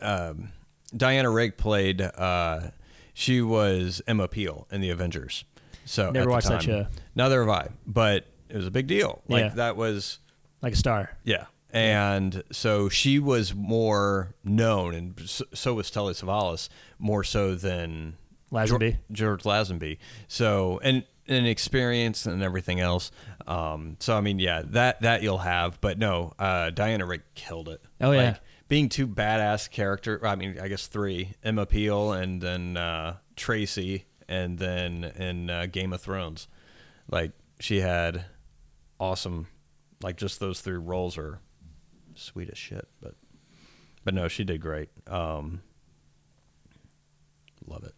Speaker 1: um, Diana Rigg played. Uh, she was Emma Peel in the Avengers. So
Speaker 3: Never
Speaker 1: at the
Speaker 3: watched that
Speaker 1: time-
Speaker 3: show.
Speaker 1: Neither have I, but it was a big deal. Like
Speaker 3: Yeah.
Speaker 1: that was
Speaker 3: Like a star.
Speaker 1: yeah. And so she was more known, and s- so was Telly Savalas, more so than
Speaker 3: Lazenby.
Speaker 1: Geor- George Lazenby. So, and, and experience and everything else. Um, so, I mean, yeah, that, that you'll have. But no, uh, Diana Rick killed it.
Speaker 3: Oh, yeah.
Speaker 1: being two badass character. I mean, I guess three Emma Peel and then uh, Tracy, and then in uh, Game of Thrones, like she had awesome, like just those three roles are sweet as shit. But but no, she did great. Um, love it.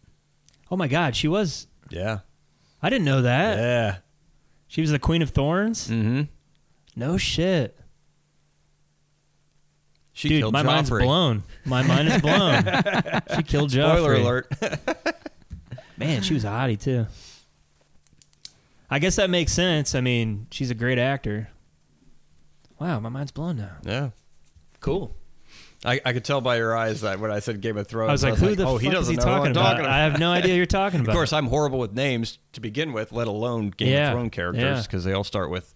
Speaker 3: Oh my God, she was.
Speaker 1: Yeah,
Speaker 3: I didn't know that.
Speaker 1: yeah.
Speaker 3: She was the Queen of Thorns.
Speaker 1: Eh. Mm-hmm.
Speaker 3: No shit,
Speaker 1: She
Speaker 3: dude.
Speaker 1: killed
Speaker 3: My mind's
Speaker 1: Joffrey.
Speaker 3: blown. My mind is blown. she killed Joffrey.
Speaker 1: Spoiler alert.
Speaker 3: Man, she was a hottie too. I guess that makes sense. I mean, she's a great actor. Wow, my mind's blown now.
Speaker 1: yeah.
Speaker 3: Cool.
Speaker 1: I, I could tell by your eyes that when I said Game of Thrones,
Speaker 3: I was like, who the
Speaker 1: oh,
Speaker 3: fuck
Speaker 1: he
Speaker 3: is
Speaker 1: doesn't
Speaker 3: he
Speaker 1: know who I'm
Speaker 3: talking about? I have no idea who you're talking about.
Speaker 1: Of course, I'm horrible with names to begin with, let alone Game
Speaker 3: Yeah,
Speaker 1: of Thrones characters
Speaker 3: yeah.
Speaker 1: because they all start with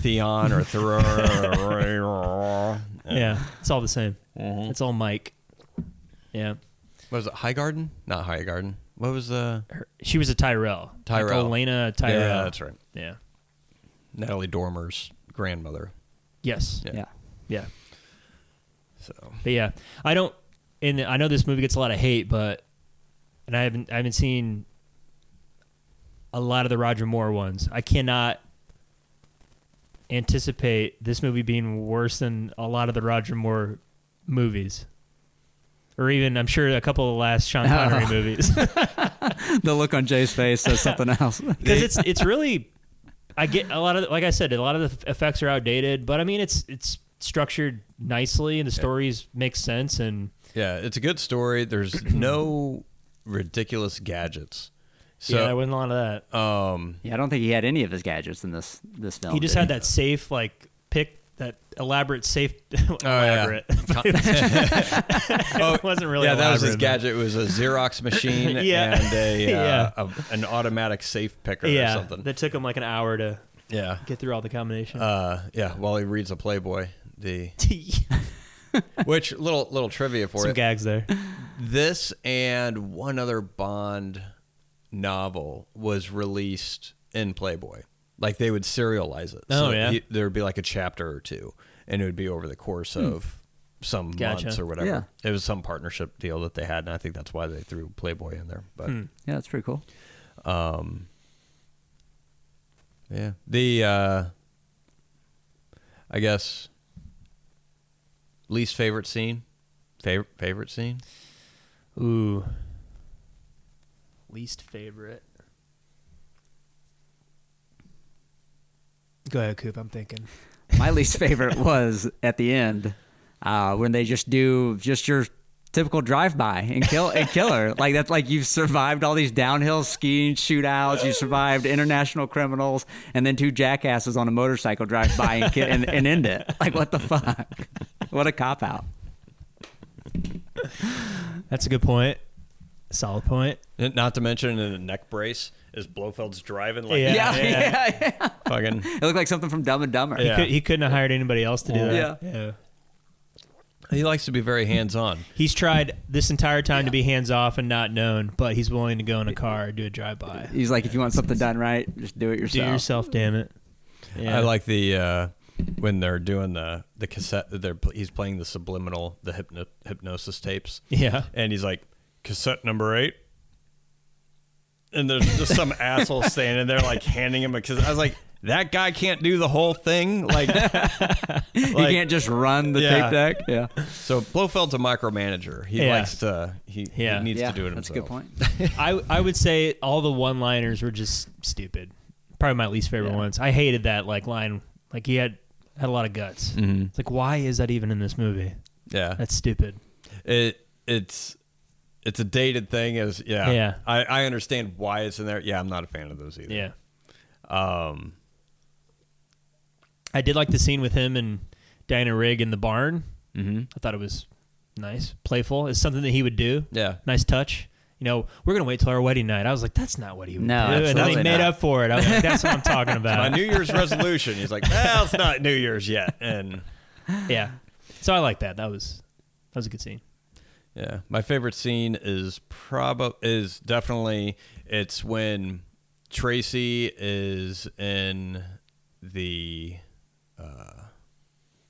Speaker 1: Theon or Theron. or-
Speaker 3: Yeah, it's all the same.
Speaker 1: Mm-hmm.
Speaker 3: It's all Mike. Yeah,
Speaker 1: What was it? Highgarden? Not Highgarden. What was the
Speaker 3: Her, she was a Tyrell.
Speaker 1: Tyrell.
Speaker 3: Like Elena Tyrell.
Speaker 1: Yeah, that's right.
Speaker 3: Yeah.
Speaker 1: Natalie Dormer's grandmother.
Speaker 3: Yes.
Speaker 1: Yeah.
Speaker 2: Yeah.
Speaker 3: yeah.
Speaker 1: So
Speaker 3: But yeah, I don't. And I know this movie gets a lot of hate, but and I haven't I haven't seen a lot of the Roger Moore ones. I cannot anticipate this movie being worse than a lot of the Roger Moore movies. Or even, I'm sure, a couple of the last Sean Connery
Speaker 2: Oh.
Speaker 3: movies.
Speaker 2: the look on Jay's face says something else.
Speaker 3: because it's it's really I get a lot of like I said a lot of the f- effects are outdated, but I mean it's it's structured nicely and the stories make sense and
Speaker 1: yeah, it's a good story. There's no ridiculous gadgets. So um,
Speaker 3: yeah, there wasn't a lot of that.
Speaker 2: yeah, I don't think he had any of his gadgets in this this film.
Speaker 3: he just
Speaker 2: did
Speaker 3: had that safe like pick that elaborate safe elaborate.
Speaker 1: oh,
Speaker 3: it wasn't really
Speaker 1: yeah, that was his
Speaker 3: elaborate, but-
Speaker 1: gadget. It was a Xerox machine
Speaker 3: Yeah.
Speaker 1: and a, uh,
Speaker 3: Yeah.
Speaker 1: a- an automatic safe picker or
Speaker 3: Yeah,
Speaker 1: something.
Speaker 3: that took him like an hour to
Speaker 1: yeah,
Speaker 3: get through all the combination.
Speaker 1: uh, yeah. While he reads a Playboy, the Which little little trivia for
Speaker 3: Some
Speaker 1: it?
Speaker 3: gags there.
Speaker 1: This and one other Bond novel was released in Playboy. Like they would serialize it.
Speaker 3: Oh, yeah.
Speaker 1: he- there'd be like a chapter or two, and it would be over the course of some
Speaker 3: Hmm. Gotcha.
Speaker 1: months or whatever.
Speaker 2: Yeah.
Speaker 1: It was some partnership deal that they had, and I think that's why they threw Playboy in there. But
Speaker 3: Hmm.
Speaker 2: Yeah, that's pretty cool.
Speaker 1: yeah, the uh, I guess least favorite scene, favorite favorite scene.
Speaker 3: Ooh. Least favorite. Go ahead, Coop. I'm thinking.
Speaker 2: My least favorite was at the end uh, when they just do just your typical drive-by and kill and kill her. Like that's like you've survived all these downhill skiing shootouts, you survived international criminals, and then two jackasses on a motorcycle drive by and, ki- and, and end it. Like what the fuck? What a cop out.
Speaker 3: That's a good point. Solid point.
Speaker 1: N- Not to mention in a neck brace is Blofeld's driving like
Speaker 3: Yeah.
Speaker 2: Yeah, yeah, yeah.
Speaker 1: fucking
Speaker 2: It looked like something from Dumb and Dumber.
Speaker 1: Yeah.
Speaker 3: Could- he couldn't have hired anybody else to do that.
Speaker 2: Yeah.
Speaker 1: He likes to be very hands on.
Speaker 3: He's tried this entire time to be hands off and not known, but he's willing to go in a car or do a drive by.
Speaker 2: He's like, if you want something done right, just do it
Speaker 3: Do
Speaker 2: yourself.
Speaker 3: it yourself, damn it.
Speaker 1: I like the uh, when they're doing the the cassette. They're pl- he's playing the subliminal, the hypno- hypnosis tapes.
Speaker 3: Yeah.
Speaker 1: and he's like cassette number eight. And there's just some asshole standing there like handing him a cassette. I was like, that guy can't do the whole thing. Like,
Speaker 2: You
Speaker 1: like-
Speaker 2: can't just run the
Speaker 1: Yeah.
Speaker 2: tape deck. Yeah.
Speaker 1: so Blofeld's a micromanager. He
Speaker 3: Yeah.
Speaker 1: likes to. He, he
Speaker 3: Yeah.
Speaker 1: needs
Speaker 2: yeah,
Speaker 1: to do it himself.
Speaker 2: that's a good point.
Speaker 3: I I would say all the one liners were just stupid. Probably my least favorite ones. I hated that like line. Like he had had a lot of guts.
Speaker 1: Mm-hmm.
Speaker 3: It's like why is that even in this movie?
Speaker 1: Yeah,
Speaker 3: That's stupid.
Speaker 1: it it's it's a dated thing as yeah
Speaker 3: Yeah.
Speaker 1: I, I understand why it's in there yeah i'm not a fan of those either
Speaker 3: Yeah. Um. I did like the scene with him and Diana Rigg in the barn. Mm-hmm. I thought it was nice, playful. It's something that he would do.
Speaker 1: Yeah.
Speaker 3: Nice touch. You know, we're gonna wait till our wedding night. I was like, that's not what he would
Speaker 2: No,
Speaker 3: do. And then he
Speaker 2: absolutely
Speaker 3: made
Speaker 2: not.
Speaker 3: up for it. I was like, that's what I'm talking
Speaker 1: my
Speaker 3: about.
Speaker 1: new year's resolution he's like well it's not new year's yet and
Speaker 3: yeah. So I like that. That was that was a good scene.
Speaker 1: Yeah, my favorite scene is probably is definitely it's when Tracy is in the uh,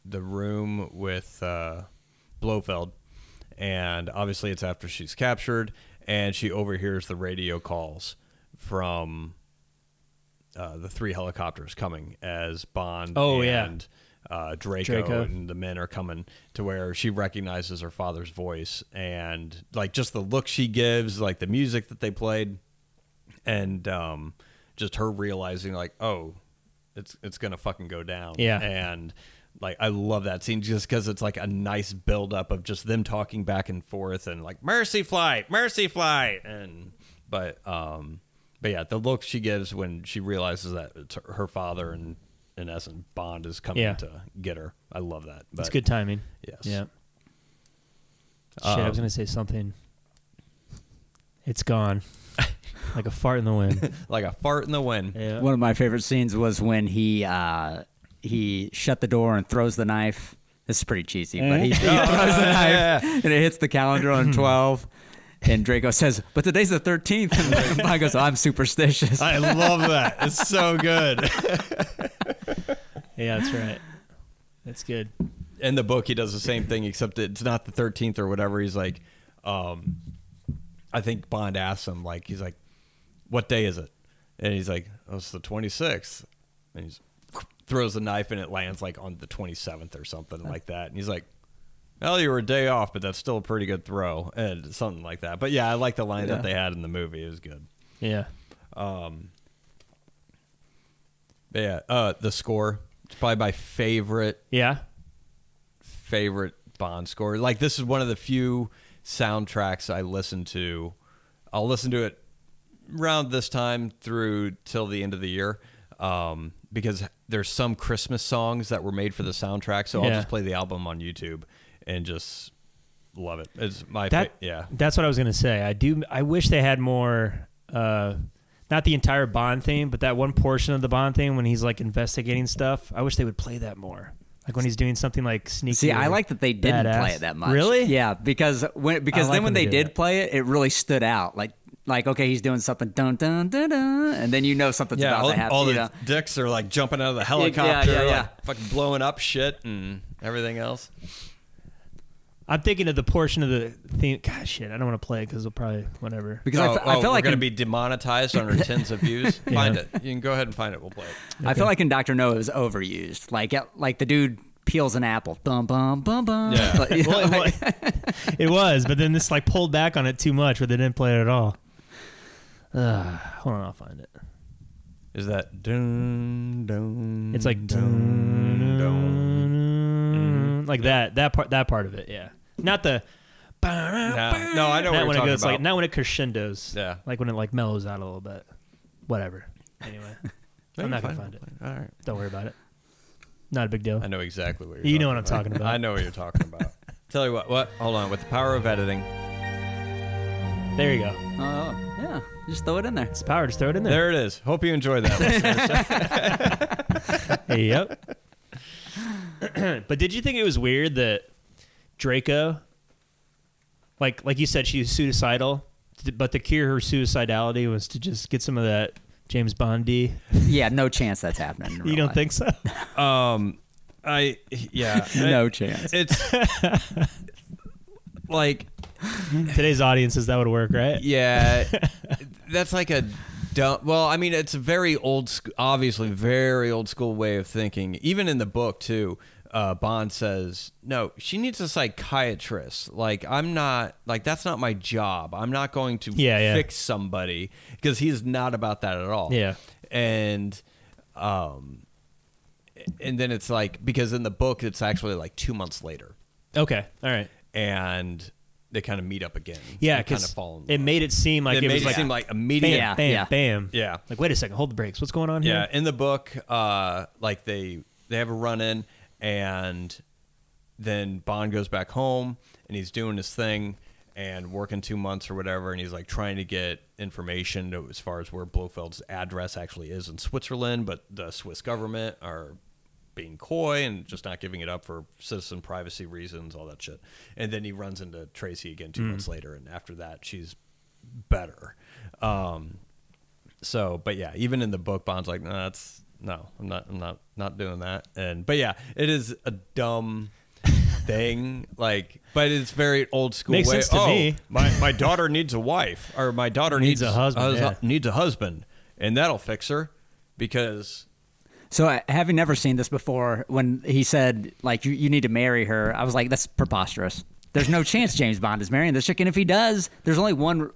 Speaker 1: the room with uh, Blofeld, and obviously it's after she's captured, and she overhears the radio calls from uh, the three helicopters coming as Bond.
Speaker 3: Oh, yeah.
Speaker 1: and, uh, Draco,
Speaker 3: Draco.
Speaker 1: and the men are coming to where she recognizes her father's voice and like just the look she gives, like the music that they played, and um, just her realizing like, oh, it's it's gonna fucking go down.
Speaker 3: Yeah.
Speaker 1: and like I love that scene just because it's like a nice buildup of just them talking back and forth and like mercy flight, mercy flight, and but um, but yeah, the look she gives when she realizes that it's her, her father and in essence Bond is coming
Speaker 3: Yeah.
Speaker 1: to get her. I love that. But
Speaker 3: It's good timing.
Speaker 1: Yes.
Speaker 3: Yeah. Shit, I was gonna say something. It's gone, like a fart in the wind.
Speaker 1: Like a fart in the wind.
Speaker 3: Yeah.
Speaker 2: One of my favorite scenes was when he uh, he shut the door and throws the knife. This is pretty cheesy, but
Speaker 1: Mm-hmm.
Speaker 2: he, he throws the knife and it hits the calendar
Speaker 1: Hmm.
Speaker 2: on twelve. And Draco says, "But today's the 13th. And Bond goes, "I'm superstitious."
Speaker 1: I love that. It's so good.
Speaker 3: Yeah, that's right. That's good.
Speaker 1: in the book he does the same thing except it's not the 13th or whatever he's like um i think bond asks him like he's like what day is it and he's like oh it's the 26th and he's throws the knife and it lands like on the 27th or something like that and he's like well you were a day off but that's still a pretty good throw and something like that but yeah i like the line
Speaker 2: Yeah.
Speaker 1: that they had in the movie it was good
Speaker 3: Yeah.
Speaker 1: but yeah uh the score it's probably my favorite
Speaker 3: Yeah.
Speaker 1: favorite Bond score. Like this is one of the few soundtracks I listen to. I'll listen to it around this time through till the end of the year um, because there's some Christmas songs that were made for the soundtrack. So I'll
Speaker 3: Yeah.
Speaker 1: just play the album on YouTube and just love it. It's my
Speaker 3: That.
Speaker 1: fa- yeah.
Speaker 3: That's what I was gonna say. I do. I wish they had more. uh not the entire Bond theme, but that one portion of the Bond theme when he's like investigating stuff. I wish they would play that more. Like when he's doing something like sneaky.
Speaker 2: See, I
Speaker 3: or
Speaker 2: like that they didn't
Speaker 3: badass.
Speaker 2: play it that much.
Speaker 3: Really?
Speaker 2: Yeah, because when because
Speaker 3: like
Speaker 2: then when
Speaker 3: when they
Speaker 2: they,
Speaker 3: do
Speaker 2: did
Speaker 3: that.
Speaker 2: play it, it really stood out. Like like okay, he's doing something dun dun dun dun, and then you know something's
Speaker 1: Yeah,
Speaker 2: about
Speaker 1: all,
Speaker 2: to happen.
Speaker 1: all
Speaker 2: you
Speaker 1: the
Speaker 2: know?
Speaker 1: dicks are like jumping out of the
Speaker 2: yeah,
Speaker 1: helicopter,
Speaker 2: yeah.
Speaker 1: like, fucking blowing up shit and everything else.
Speaker 3: I'm thinking of the portion of the theme. God, shit. I don't want to play it because it'll probably whatever.
Speaker 2: Because I
Speaker 1: oh,
Speaker 2: f-
Speaker 1: oh,
Speaker 2: I feel
Speaker 1: we're
Speaker 2: like
Speaker 1: gonna
Speaker 2: in-
Speaker 1: be demonetized on our tens of views. Find
Speaker 3: Yeah.
Speaker 1: it. You can go ahead and find it. We'll play it.
Speaker 2: I feel like in Doctor No it was overused. Like it- like the dude peels an apple, bum bum bum bum.
Speaker 1: Yeah.
Speaker 2: But, you know,
Speaker 3: Well, it
Speaker 2: like-
Speaker 3: wa- it was, but then this like pulled back on it too much, where they didn't play it at all. Uh, hold on, I'll find it.
Speaker 1: Is that dun dun?
Speaker 3: It's like
Speaker 1: dun dun.
Speaker 3: Mm-hmm. like that that part that part of it. Yeah, not the. No,
Speaker 1: no, I know what
Speaker 3: not
Speaker 1: you're
Speaker 3: when it
Speaker 1: talking
Speaker 3: goes like
Speaker 1: about.
Speaker 3: not when it crescendos.
Speaker 1: Yeah.
Speaker 3: like when it like mellows out a little bit. Whatever. Anyway, I'm not gonna find it.
Speaker 1: All right.
Speaker 3: Don't worry about it. Not a big deal.
Speaker 1: I know exactly what you're.
Speaker 3: You
Speaker 1: talking
Speaker 3: know what I'm
Speaker 1: about.
Speaker 3: talking about.
Speaker 1: I know what you're talking about. Tell you what. What? Hold on. With the power of editing,
Speaker 3: There you go.
Speaker 2: Oh, yeah, just throw it in there.
Speaker 3: It's power. Just throw it in there.
Speaker 1: there it is. Hope you enjoy that. listeners.
Speaker 3: yep. but did you think it was weird that Draco, like like you said, she was suicidal, th- but to cure her suicidality was to just get some of that James Bondy.
Speaker 2: Yeah, no chance that's happening. in
Speaker 3: You
Speaker 2: real
Speaker 3: don't
Speaker 2: life.
Speaker 3: think so?
Speaker 1: um, I yeah.
Speaker 2: No chance.
Speaker 1: It's like
Speaker 3: Today's audiences, that would work, right?
Speaker 1: Yeah, that's like a dumb. Well, I mean, it's a very old, sc- obviously very old school way of thinking. Even in the book too, uh, Bond says, "No, she needs a psychiatrist. Like, I'm not like that's not my job. I'm not going to
Speaker 3: Yeah, yeah.
Speaker 1: fix somebody because he's not about that at all.
Speaker 3: Yeah.
Speaker 1: and um, and then it's like because in the book it's actually like two months later,
Speaker 3: Okay, all right.
Speaker 1: and they kind of meet up again.
Speaker 3: Yeah,
Speaker 1: They kind
Speaker 3: because
Speaker 1: of fall in
Speaker 3: it
Speaker 1: love.
Speaker 3: made it seem like
Speaker 1: it,
Speaker 3: it,
Speaker 1: made
Speaker 3: was
Speaker 1: it
Speaker 3: like,
Speaker 1: seem like
Speaker 3: bam,
Speaker 1: immediate.
Speaker 2: Yeah,
Speaker 3: bam,
Speaker 2: yeah.
Speaker 3: bam.
Speaker 1: Yeah.
Speaker 3: Like, wait a second, hold the brakes. What's going on
Speaker 1: Yeah,
Speaker 3: here?
Speaker 1: in the book, uh, like they they have a run in, and then Bond goes back home, and he's doing his thing and working two months or whatever, and he's like trying to get information to, as far as where Blofeld's address actually is in Switzerland, but the Swiss government are being coy and just not giving it up for citizen privacy reasons, all that shit. And then he runs into Tracy again
Speaker 3: Mm.
Speaker 1: 2 months later, and after that, she's better. Um, so, but yeah, even in the book, Bond's like, no, that's no, I'm not, I'm not, not doing that. And but yeah, it is a dumb thing, like, but it's very old school.
Speaker 3: Makes
Speaker 1: way.
Speaker 3: sense to
Speaker 1: oh,
Speaker 3: me."
Speaker 1: My my daughter needs a wife, or my daughter
Speaker 3: Needs
Speaker 1: needs,
Speaker 3: a husband,
Speaker 1: hus-
Speaker 3: yeah.
Speaker 1: Needs a husband, and that'll fix her because
Speaker 2: So uh, having never seen this before, when he said like you, you need to marry her, I was like, that's preposterous. There's no chance James Bond is marrying this chick, and if he does, there's only one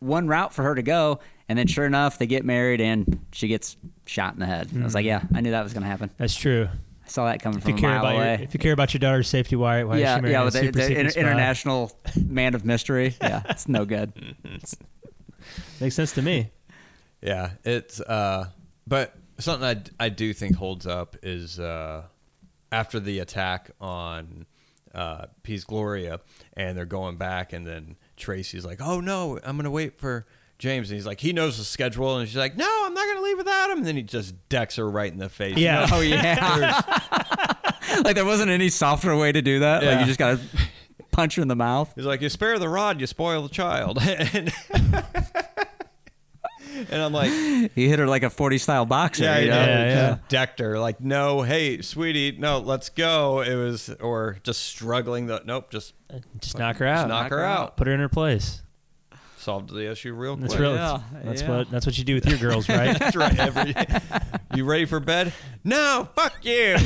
Speaker 2: one route for her to go. And then sure enough, they get married, and she gets shot in the head. I was like, yeah, I knew that was gonna happen.
Speaker 3: That's true.
Speaker 2: I saw that coming
Speaker 3: If you
Speaker 2: from a
Speaker 3: Hmm. care
Speaker 2: mile
Speaker 3: about your,
Speaker 2: away.
Speaker 3: if you care about your daughter's safety, why why is
Speaker 2: yeah,
Speaker 3: she marrying
Speaker 2: yeah,
Speaker 3: a
Speaker 2: with the,
Speaker 3: super
Speaker 2: the
Speaker 3: secret
Speaker 2: inter-
Speaker 3: spy?
Speaker 2: international man of mystery. Yeah, it's no good.
Speaker 3: Makes sense to me.
Speaker 1: Yeah, it's uh but something I, d- I do think holds up is uh after the attack on uh Peace Gloria and they're going back and then Tracy's like, "Oh no, I'm going to wait for James." And he's like, "He knows the schedule." And she's like, "No, I'm not going to leave without him." And then he just decks her right in the face.
Speaker 3: Yeah.
Speaker 2: Oh yeah, like there wasn't any softer way to do that. Like
Speaker 1: Yeah.
Speaker 2: you just gotta punch her in the mouth.
Speaker 1: He's like, "You spare the rod, you spoil the child." and, and I'm like,
Speaker 2: He hit her like a 40 style boxer.
Speaker 1: Yeah,
Speaker 2: you know?
Speaker 1: yeah,
Speaker 3: Yeah,
Speaker 1: yeah.
Speaker 3: yeah.
Speaker 1: Just decked her. Like, no, hey, sweetie, no, let's go. It was, or just struggling. The nope, just
Speaker 3: Just knock her
Speaker 1: just
Speaker 3: out.
Speaker 1: Oh, knock, her out.
Speaker 3: Put her in her place.
Speaker 1: Solved the issue real quick.
Speaker 3: That's real.
Speaker 2: Yeah,
Speaker 3: that's
Speaker 2: yeah.
Speaker 3: what that's what you do with your girls, right?
Speaker 1: That's right. Every, you ready for bed? No, fuck you.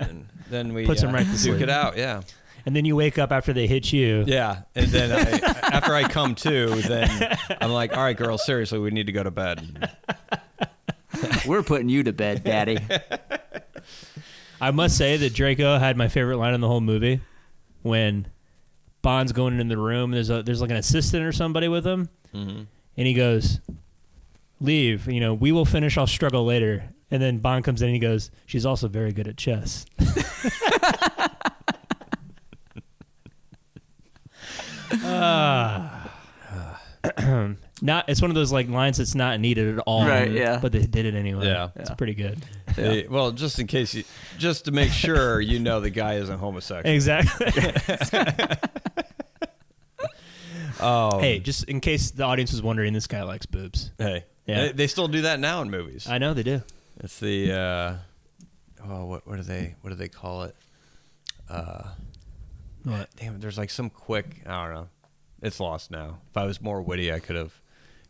Speaker 1: and then we uh,
Speaker 3: Puts him right to
Speaker 1: duke
Speaker 3: sleep.
Speaker 1: it out. Yeah,
Speaker 3: and then you wake up after they hit you.
Speaker 1: yeah. And then I, after I come to, then I'm like, all right, girl, seriously, we need to go to bed.
Speaker 2: We're putting you to bed, daddy.
Speaker 3: I must say that Draco had my favorite line in the whole movie when Bond's going into the room. There's a there's like an assistant or somebody with him,
Speaker 1: Mm-hmm.
Speaker 3: and he goes, "Leave. You know, we will finish. I'll struggle later." And then Bond comes in and he goes, "She's also very good at chess." Ah. not it's one of those like lines that's not needed at all,
Speaker 2: Right, yeah.
Speaker 3: But they did it anyway.
Speaker 1: Yeah.
Speaker 3: it's
Speaker 2: Yeah.
Speaker 3: pretty good.
Speaker 1: Hey, well, just in case, you, just to make sure you know the guy isn't homosexual.
Speaker 3: Exactly.
Speaker 1: Oh,
Speaker 3: Hey, just in case the audience was wondering, this guy likes boobs.
Speaker 1: Hey,
Speaker 3: Yeah.
Speaker 1: they, they still do that now in movies.
Speaker 3: I know they do.
Speaker 1: It's the uh, oh, what what do they what do they call it? Uh,
Speaker 3: What?
Speaker 1: Damn, there's like some quick. I don't know. It's lost now. If I was more witty, I could have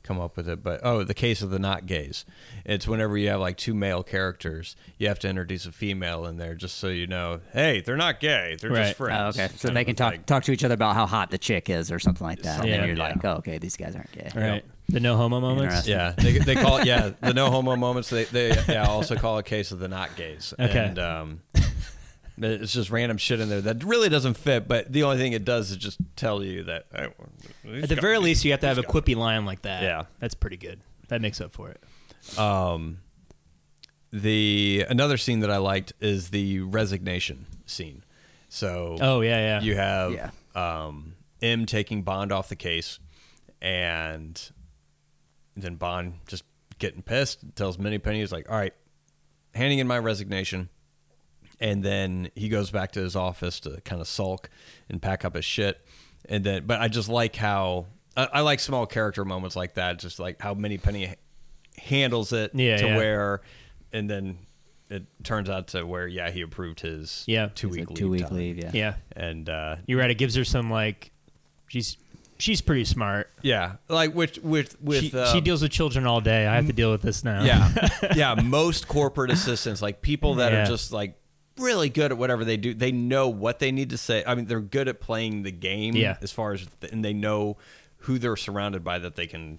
Speaker 1: come up with it. But oh, the case of the not gays. It's whenever you have like two male characters, you have to introduce a female in there just so you know. Hey, they're not gay. They're
Speaker 3: Right.
Speaker 1: just
Speaker 2: Oh,
Speaker 1: friends.
Speaker 2: okay, so they can talk
Speaker 1: Like,
Speaker 2: talk to each other about how hot the chick is or something like that. and
Speaker 3: Yeah.
Speaker 2: then you're
Speaker 1: Yeah.
Speaker 2: like, oh, okay, these guys aren't gay.
Speaker 3: All right. The no homo moments.
Speaker 2: Interesting.
Speaker 1: Yeah, they, they call it yeah the no homo moments. They they yeah also call it case of the not gays.
Speaker 3: Okay.
Speaker 1: And, um, it's just random shit in there that really doesn't fit. But the only thing it does is just tell you that. oh, hey,
Speaker 3: At the very least, you have to have a quippy line like that.
Speaker 1: Yeah.
Speaker 3: that's pretty good. That makes up for it.
Speaker 1: the another scene that I liked is the resignation scene. So
Speaker 3: Oh yeah, yeah.
Speaker 1: you have
Speaker 2: Yeah.
Speaker 1: um, M taking Bond off the case, and then Bond just getting pissed tells Penny he's like, "All right, handing in my resignation." And then he goes back to his office to kind of sulk and pack up his shit. And then, but I just like how I, I like small character moments like that, just like how Penny handles it
Speaker 3: Yeah,
Speaker 1: to
Speaker 3: yeah.
Speaker 1: where, and then it turns out to where, yeah, he approved his
Speaker 3: Yeah.
Speaker 1: two
Speaker 2: It's
Speaker 1: week
Speaker 2: like
Speaker 1: leave.
Speaker 2: two week
Speaker 1: time.
Speaker 2: leave. Yeah.
Speaker 3: yeah,
Speaker 1: And uh,
Speaker 3: you're right. It gives her some like, she's she's pretty smart.
Speaker 1: Yeah, like with with with
Speaker 3: she,
Speaker 1: uh,
Speaker 3: she deals with children all day. I have to deal with this now.
Speaker 1: Yeah, yeah. Most corporate assistants, like people that
Speaker 3: Yeah.
Speaker 1: are just like really good at whatever they do, they know what they need to say. I mean, they're good at playing the game.
Speaker 3: Yeah.
Speaker 1: as far as and they know who they're surrounded by that they can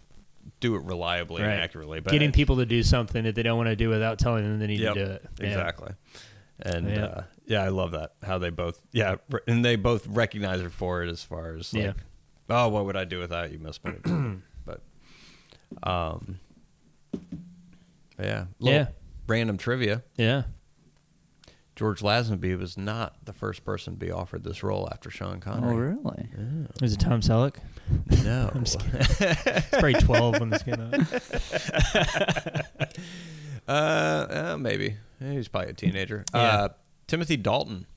Speaker 1: do it reliably
Speaker 3: right.
Speaker 1: and accurately. But
Speaker 3: Getting people to do something that they don't want to do without telling them they need
Speaker 1: Yep,
Speaker 3: to do it. Yeah.
Speaker 1: exactly. And
Speaker 3: Yeah.
Speaker 1: Uh, yeah, I love that how they both yeah, re- and they both recognize her for it as far as like,
Speaker 3: Yeah.
Speaker 1: oh, what would I do without you, Miss Benedict? but um, but yeah, Little
Speaker 3: Yeah.
Speaker 1: Random trivia:
Speaker 3: Yeah.
Speaker 1: George Lazenby was not the first person to be offered this role after Sean
Speaker 2: Oh,
Speaker 1: Connery.
Speaker 2: really?
Speaker 3: Was it Tom Selleck?
Speaker 1: No,
Speaker 3: I'm just kidding. It's probably 12 when this came out.
Speaker 1: uh, uh, maybe Eh, He was probably a teenager.
Speaker 3: Yeah.
Speaker 1: Uh, Timothy Dalton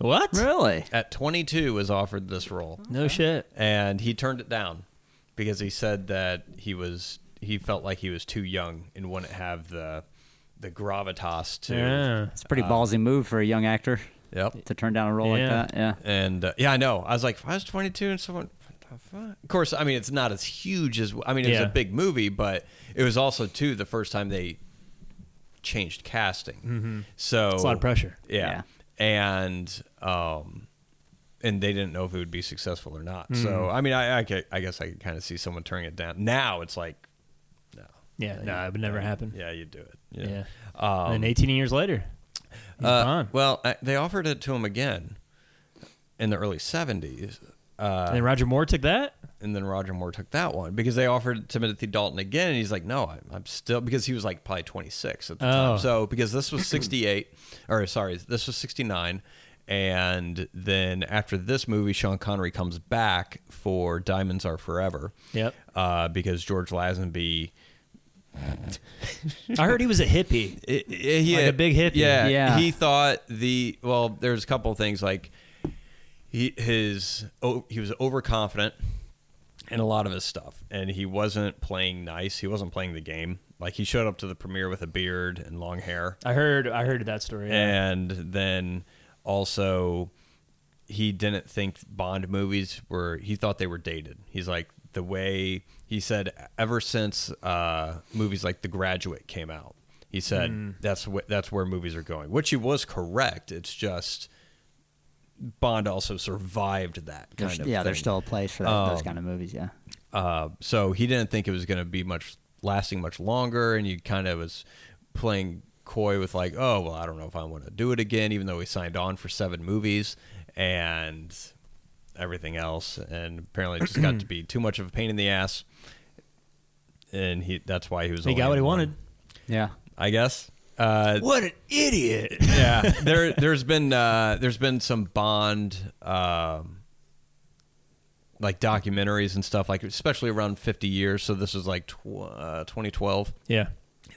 Speaker 3: What?
Speaker 2: Really?
Speaker 1: at 22 was offered this role,
Speaker 3: No shit.
Speaker 1: and he turned it down because he said that he was he felt like he was too young and wouldn't have the the gravitas to.
Speaker 3: Yeah.
Speaker 2: It's a pretty ballsy move for a young actor
Speaker 1: Yep.
Speaker 2: to turn down a role
Speaker 3: Uh, Yeah.
Speaker 2: like that. Yeah.
Speaker 1: And uh, yeah, I know. I was like, if I was 22 and someone, what the fuck? Of course, I mean, it's not as huge as, I mean, it was
Speaker 3: Yeah.
Speaker 1: a big movie, but it was also, too, the first time they changed casting. Mm-hmm. So
Speaker 3: It's a lot of pressure.
Speaker 1: Yeah. And, um, and they didn't know if it would be successful or not. So,
Speaker 3: Mm-hmm.
Speaker 1: I mean, I, I, ca- I guess I could kind of see someone turning it down. Now it's like, no.
Speaker 3: Yeah. No, it would never happen.
Speaker 1: Yeah, you do it.
Speaker 3: Yeah.
Speaker 1: Um,
Speaker 3: and then 18 years later, he's
Speaker 1: Uh,
Speaker 3: gone.
Speaker 1: Well, I, they offered it to him again in the early 70s. Uh,
Speaker 3: and then Roger Moore took that.
Speaker 1: and then Roger Moore took that one because they offered Timothy Dalton again, and he's like, "No, I'm, I'm still because he was like probably 26 at the
Speaker 3: Oh.
Speaker 1: time. So because this was 68, or sorry, this was 69, and then after this movie, Sean Connery comes back for Diamonds Are Forever.
Speaker 3: Yep.
Speaker 1: Uh, because George Lazenby,
Speaker 3: I heard he was a hippie.
Speaker 1: i- i- he
Speaker 3: Like a big hippie.
Speaker 1: Yeah,
Speaker 2: Yeah.
Speaker 1: He thought the well, there's a couple of things like he his oh, he was overconfident in a lot of his stuff, and he wasn't playing nice. He wasn't playing the game. Like he showed up to the premiere with a beard and long hair,
Speaker 3: I heard. I heard that story. Yeah.
Speaker 1: and then also he didn't think Bond movies were. He thought they were dated. He's like the way he said ever since uh, movies like The Graduate came out. He said
Speaker 2: Hmm.
Speaker 1: that's wh- that's where movies are going, which he was correct. It's just Bond also survived that kind
Speaker 2: There's-
Speaker 1: of
Speaker 2: yeah,
Speaker 1: thing.
Speaker 2: there's still a place for that, those
Speaker 3: Oh.
Speaker 2: kind of movies. Yeah.
Speaker 1: Uh, so he didn't think it was going to be much lasting much longer, and he kind of was playing coy with like, oh well, I don't know if I want to do it again, even though he signed on for seven movies and everything else, and apparently it just got to be too much of a pain in the ass, and he that's why he was.
Speaker 3: He
Speaker 1: only
Speaker 3: got what
Speaker 1: in
Speaker 3: he
Speaker 1: one,
Speaker 3: wanted.
Speaker 2: Yeah.
Speaker 1: I guess. Uh,
Speaker 3: What an idiot.
Speaker 1: yeah, there there's been uh, there's been some Bond um, like documentaries and stuff like especially around 50 years. So this is like tw- uh, 2012.
Speaker 3: yeah.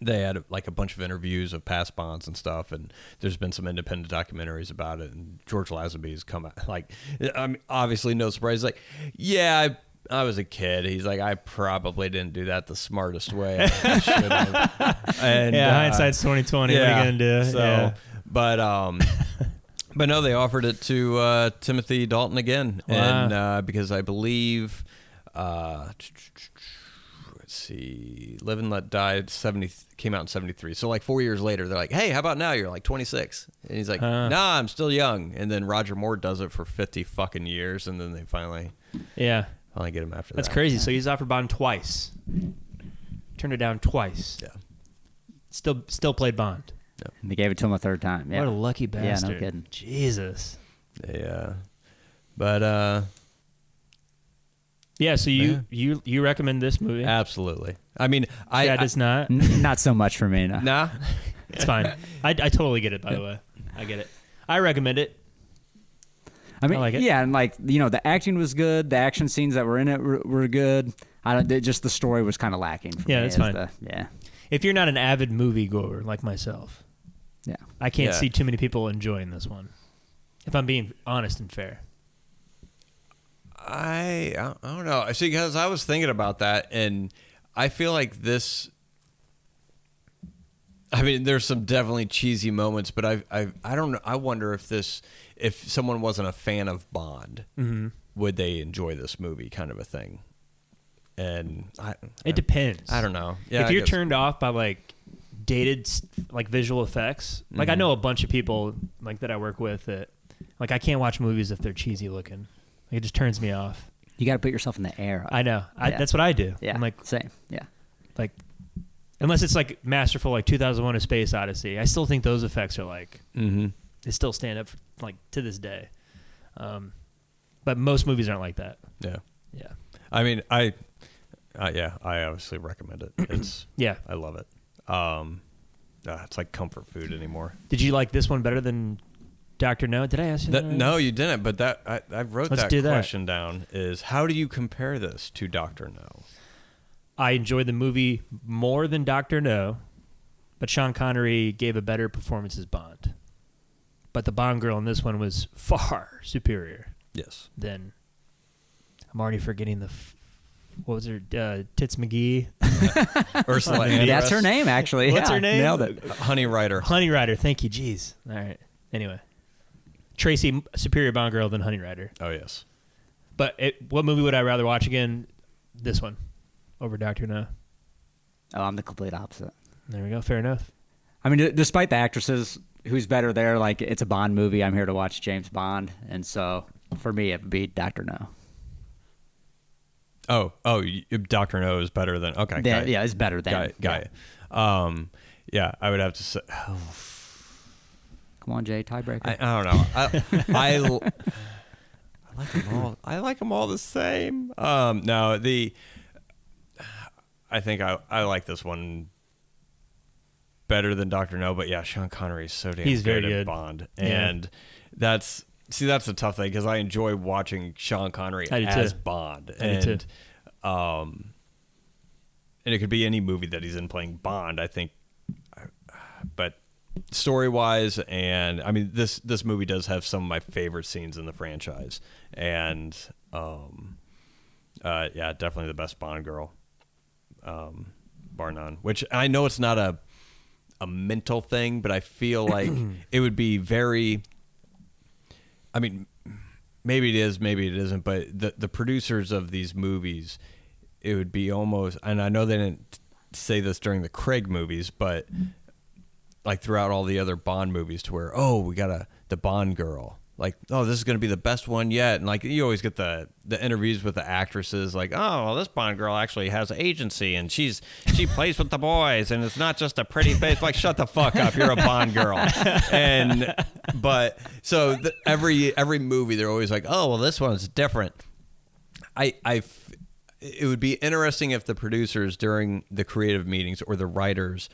Speaker 1: They had like a bunch of interviews of past Bonds and stuff, and there's been some independent documentaries about it. And George Lazenby's come out like, I mean, obviously no surprise. He's like, yeah. I, I was a kid. He's like, I probably didn't do that the smartest way. I should have. And,
Speaker 3: yeah.
Speaker 1: uh,
Speaker 3: hindsight's 2020. What are you gonna do?
Speaker 1: so,
Speaker 3: yeah.
Speaker 1: but um, but no, they offered it to uh, Timothy Dalton again,
Speaker 3: Wow.
Speaker 1: and uh, because I believe, uh, let's see, Live and Let Die seventy came out in seventy three. So like four years later, they're like, hey, how about now? You're like twenty six, and he's like,
Speaker 3: Huh.
Speaker 1: nah, I'm still young. And then Roger Moore does it for fifty fucking years, and then they finally
Speaker 3: Yeah.
Speaker 1: finally get him after
Speaker 3: That's
Speaker 1: that.
Speaker 3: crazy. So he's offered Bond twice. Turned it down twice.
Speaker 1: Yeah.
Speaker 3: Still, still played Bond.
Speaker 2: And they gave it to him a third time. Yeah.
Speaker 3: What a lucky
Speaker 2: Yeah, no
Speaker 3: bastard.
Speaker 2: kidding.
Speaker 3: Jesus.
Speaker 1: Yeah, but uh,
Speaker 3: Yeah. So you
Speaker 1: Yeah.
Speaker 3: you you recommend this movie?
Speaker 1: absolutely. I mean, I
Speaker 3: Chad does not.
Speaker 2: N- not so much for me. No.
Speaker 1: I- nah.
Speaker 3: It's fine. I, I totally get it. By the way, I get it. I recommend it.
Speaker 2: I mean,
Speaker 3: I like it.
Speaker 2: yeah, and like you know, the acting was good. The action scenes that were in it were, were good. I don't. It, just the story was kind of lacking. For
Speaker 3: Yeah,
Speaker 2: me
Speaker 3: that's
Speaker 2: as
Speaker 3: fine.
Speaker 2: the- yeah,
Speaker 3: If you're not an avid moviegoer like myself,
Speaker 2: yeah.
Speaker 3: I can't
Speaker 1: Yeah.
Speaker 3: see too many people enjoying this one. If I'm being honest and fair.
Speaker 1: I I don't- I don't know. See, because I was thinking about that, and I feel like this. I mean, there's some definitely cheesy moments, but I I I don't know. I wonder if this if someone wasn't a fan of Bond,
Speaker 3: Mm-hmm.
Speaker 1: would they enjoy this movie? Kind of a thing. And I
Speaker 3: It depends.
Speaker 1: I don't know. Yeah,
Speaker 3: if
Speaker 1: I
Speaker 3: you're
Speaker 1: guess.
Speaker 3: turned off by like dated s- like visual effects, like I
Speaker 1: Mm-hmm.
Speaker 3: know a bunch of people like that I work with that like I can't watch movies if they're cheesy looking. Like, it just turns me off.
Speaker 2: You got to put yourself in the air.
Speaker 3: I know. I,
Speaker 2: Yeah.
Speaker 3: That's what I do.
Speaker 2: yeah,
Speaker 3: I'm like
Speaker 2: same. Yeah,
Speaker 3: like unless it's like masterful like 2001 a space odyssey i still think those effects are like
Speaker 1: Mhm.
Speaker 3: they still stand up like to this day um, but most movies aren't like that
Speaker 1: Yeah,
Speaker 3: yeah
Speaker 1: I mean, I uh, yeah, I obviously recommend it. It's
Speaker 3: yeah
Speaker 1: I love it. Um, uh, it's like comfort food anymore.
Speaker 3: did you like this one better than dr no did i ask you
Speaker 1: That,
Speaker 3: that, already?
Speaker 1: no, you didn't. But that I, I wrote
Speaker 3: Let's
Speaker 1: that
Speaker 3: do that.
Speaker 1: question down. Is how do you compare this to Doctor No?
Speaker 3: i enjoyed the movie more than dr no but Sean Connery gave a better performance as Bond. But the Bond girl in this one was far superior
Speaker 1: Yes.
Speaker 3: than. I'm already forgetting the. F- what was her? Uh, Tits McGee.
Speaker 1: Ursula. Andress,
Speaker 2: That's her name, actually.
Speaker 3: What's
Speaker 2: Yeah,
Speaker 3: her name?
Speaker 2: Nailed it.
Speaker 1: Honey Rider.
Speaker 3: Honey Rider. Thank you. Jeez. All right. Anyway. Tracy, m- superior Bond girl than Honey Rider.
Speaker 1: Oh yes.
Speaker 3: But it, what movie would I rather watch again? This one over Doctor No.
Speaker 2: Oh, I'm the complete opposite.
Speaker 3: There we go. Fair enough.
Speaker 2: I mean, d- despite the actresses, who's better there? Like, it's a Bond movie. I'm here to watch James Bond, and so for me, it would be Doctor No.
Speaker 1: Oh, oh, Doctor No is better than okay.
Speaker 2: Then-
Speaker 1: got it.
Speaker 2: yeah, it's better than.
Speaker 1: got it. Got it. Um, yeah, I would have to say. oh,
Speaker 2: Come on, Jay, tiebreaker.
Speaker 1: I, I don't know. I, I, l- I like them all. I like them all the same. Um, no, the I think I, I like this one better than Doctor No, but yeah, Sean Connery is so damn
Speaker 3: He's very
Speaker 1: at
Speaker 3: good.
Speaker 1: Bond,
Speaker 3: Yeah.
Speaker 1: and that's see that's the tough thing because I enjoy watching Sean Connery
Speaker 3: I do
Speaker 1: as
Speaker 3: too.
Speaker 1: Bond,
Speaker 3: I do
Speaker 1: and
Speaker 3: too.
Speaker 1: um, and it could be any movie that he's in playing Bond. I think but story wise and I mean this this movie does have some of my favorite scenes in the franchise and um uh yeah definitely the best Bond girl um bar none which I know it's not a a mental thing but I feel like it would be very I mean maybe it is maybe it isn't but the the producers of these movies it would be almost and I know they didn't say this during the Craig movies but like throughout all the other Bond movies to where oh we got a the Bond girl like oh this is gonna be the best one yet and like you always get the the interviews with the actresses like oh well, this Bond girl actually has agency and she's she plays with the boys and it's not just a pretty face like shut the fuck up you're a Bond girl and but so the, every every movie they're always like oh well this one's different I, I f- it would be interesting if the producers during the creative meetings or the writers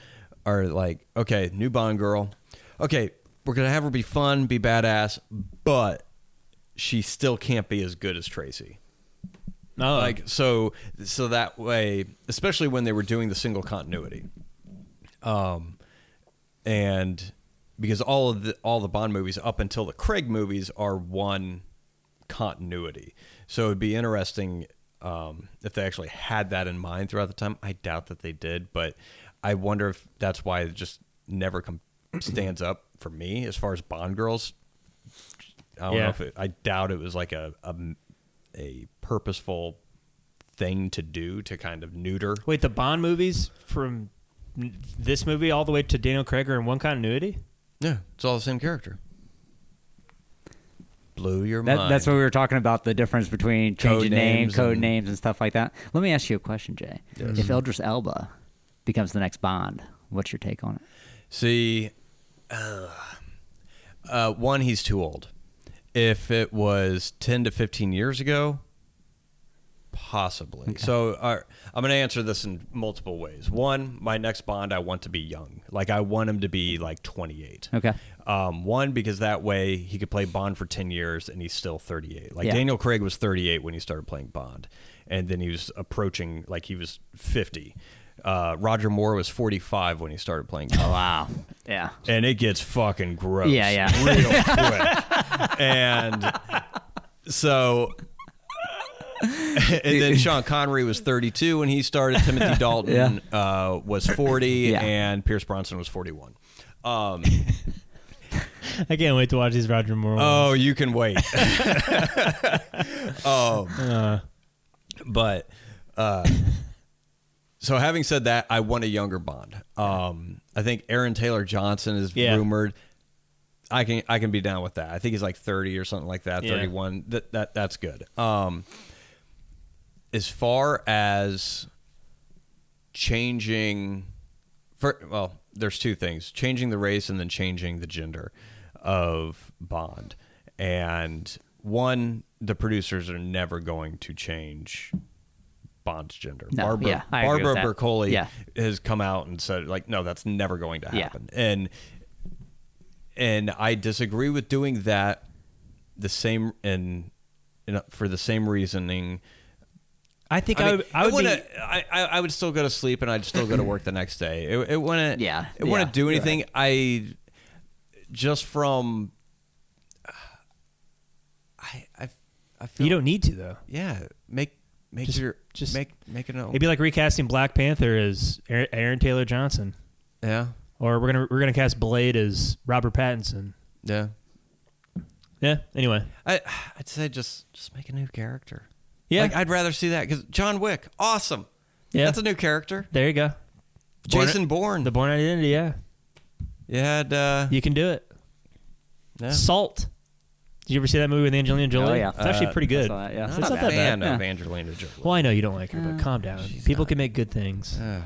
Speaker 1: are like, okay, new Bond girl, okay, we're gonna have her be fun, be badass, but she still can't be as good as Tracy.
Speaker 3: No.
Speaker 1: Like so, so that way, especially when they were doing the single continuity, um, and because all of the all the Bond movies up until the Craig movies are one continuity, so it'd be interesting um, if they actually had that in mind throughout the time. I doubt that they did, but I wonder if that's why it just never com- stands up for me as far as Bond girls. I don't know
Speaker 3: Yeah.
Speaker 1: if it, I doubt it was like a, a a purposeful thing to do to kind of neuter.
Speaker 3: Wait, the Bond movies from n- this movie all the way to Daniel Craig are in one continuity?
Speaker 1: Yeah, it's all the same character. Blew your
Speaker 2: That,
Speaker 1: mind.
Speaker 2: that's what we were talking about the difference between changing
Speaker 1: Code
Speaker 2: names,
Speaker 1: names
Speaker 2: code
Speaker 1: and-
Speaker 2: names, and stuff like that. Let me ask you a question, Jay. If Eldris Elba becomes the next Bond, what's your take on it?
Speaker 1: See, uh, uh, one, he's too old. If it was 10 to 15 years ago, possibly. So all right, I'm going to answer this in multiple ways. One, my next Bond, I want to be young. Like, I want him to be like 28.
Speaker 2: Okay.
Speaker 1: Um, one, because that way he could play Bond for 10 years and he's still 38. Like
Speaker 2: Yeah.
Speaker 1: Daniel Craig was 38 when he started playing Bond. And then he was approaching, like he was 50. Uh, Roger Moore was 45 when he started playing Bond.
Speaker 2: Oh, Wow. Yeah.
Speaker 1: And it gets fucking gross.
Speaker 2: Yeah, yeah.
Speaker 1: Real quick. and so. and then Sean Connery was 32 when he started. Timothy Dalton uh, was 40,
Speaker 2: Yeah.
Speaker 1: and Pierce Bronson was 41.
Speaker 3: I can't wait to watch these Roger Moore ones.
Speaker 1: Oh, you can wait. oh,
Speaker 3: Uh.
Speaker 1: but uh, so having said that, I want a younger Bond. Um, I think Aaron Taylor Johnson is
Speaker 3: Yeah.
Speaker 1: rumored. I can I can be down with that. I think he's like thirty or something like that.
Speaker 3: Yeah.
Speaker 1: Thirty one. That that that's good. Um, as far as changing for well there's two things changing the race and then changing the gender of bond and one the producers are never going to change bond's gender
Speaker 2: No,
Speaker 1: barbara
Speaker 2: yeah, I agree
Speaker 1: barbara
Speaker 2: with that.
Speaker 1: Broccoli
Speaker 2: Yeah.
Speaker 1: has come out and said like no that's never going to
Speaker 2: Yeah.
Speaker 1: happen and and i disagree with doing that the same and, and for the same reasoning
Speaker 3: I think I,
Speaker 1: I, mean,
Speaker 3: would. I
Speaker 1: it
Speaker 3: would be,
Speaker 1: wouldn't- I, I, I would still go to sleep and I'd still go to work the next day. It, it wouldn't.
Speaker 2: Yeah,
Speaker 1: It wouldn't
Speaker 2: yeah,
Speaker 1: do
Speaker 2: you're
Speaker 1: anything. I just from. I I I feel
Speaker 3: you don't need to though.
Speaker 1: yeah make make
Speaker 3: Just-
Speaker 1: your
Speaker 3: just-
Speaker 1: make make an own
Speaker 3: It'd be like recasting Black Panther as Aaron, Aaron Taylor Johnson,
Speaker 1: yeah
Speaker 3: or we're gonna we're gonna cast Blade as Robert Pattinson.
Speaker 1: yeah.
Speaker 3: Yeah. Anyway.
Speaker 1: I I'd say just just make a new character.
Speaker 3: Yeah.
Speaker 1: like, I'd rather see that because John Wick, awesome.
Speaker 3: Yeah.
Speaker 1: that's a new character.
Speaker 3: there you go. Born-
Speaker 1: Jason Bourne.
Speaker 3: The Born Identity. Yeah.
Speaker 1: you had uh,
Speaker 3: You can do it.
Speaker 1: yeah.
Speaker 3: Salt. Did you ever see that movie with Angelina Jolie?
Speaker 2: Oh, yeah.
Speaker 3: It's actually pretty
Speaker 2: I
Speaker 3: good.
Speaker 2: saw that, yeah. Uh,
Speaker 1: not
Speaker 3: It's
Speaker 1: a
Speaker 3: not that
Speaker 1: fan
Speaker 3: bad.
Speaker 1: of Angelina Jolie.
Speaker 3: Well, I know you don't like her, but calm down. People can make good things.
Speaker 1: Ugh.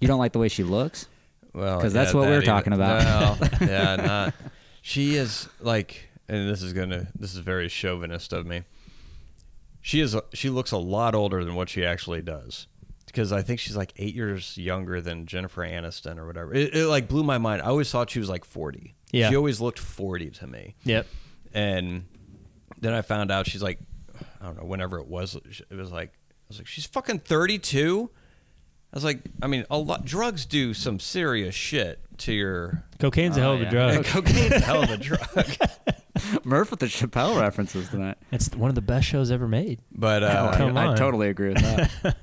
Speaker 2: You don't like the way she looks?
Speaker 1: Well,
Speaker 2: 'Cause that's what we were talking about.
Speaker 1: Well, yeah, not. She is like, and this is gonna, this is very chauvinist of me. She is. She looks a lot older than what she actually does, because I think she's like eight years younger than Jennifer Aniston or whatever. It, it like blew my mind. I always thought she was like forty.
Speaker 3: Yeah.
Speaker 1: she always looked forty to me.
Speaker 3: Yep.
Speaker 1: And then I found out she's like, I don't know, whenever it was, it was like, I was like, she's fucking 32. I was like, I mean, a lot drugs do some serious shit to your
Speaker 3: Cocaine's a hell of
Speaker 2: yeah.
Speaker 3: a drug.
Speaker 1: Yeah, cocaine's a hell of a drug.
Speaker 2: Murph with the Chappelle references tonight.
Speaker 3: It's one of the best shows ever made.
Speaker 1: But
Speaker 3: Hell,
Speaker 1: uh,
Speaker 3: Come
Speaker 2: Oh, I, I
Speaker 3: on.
Speaker 2: totally agree with that.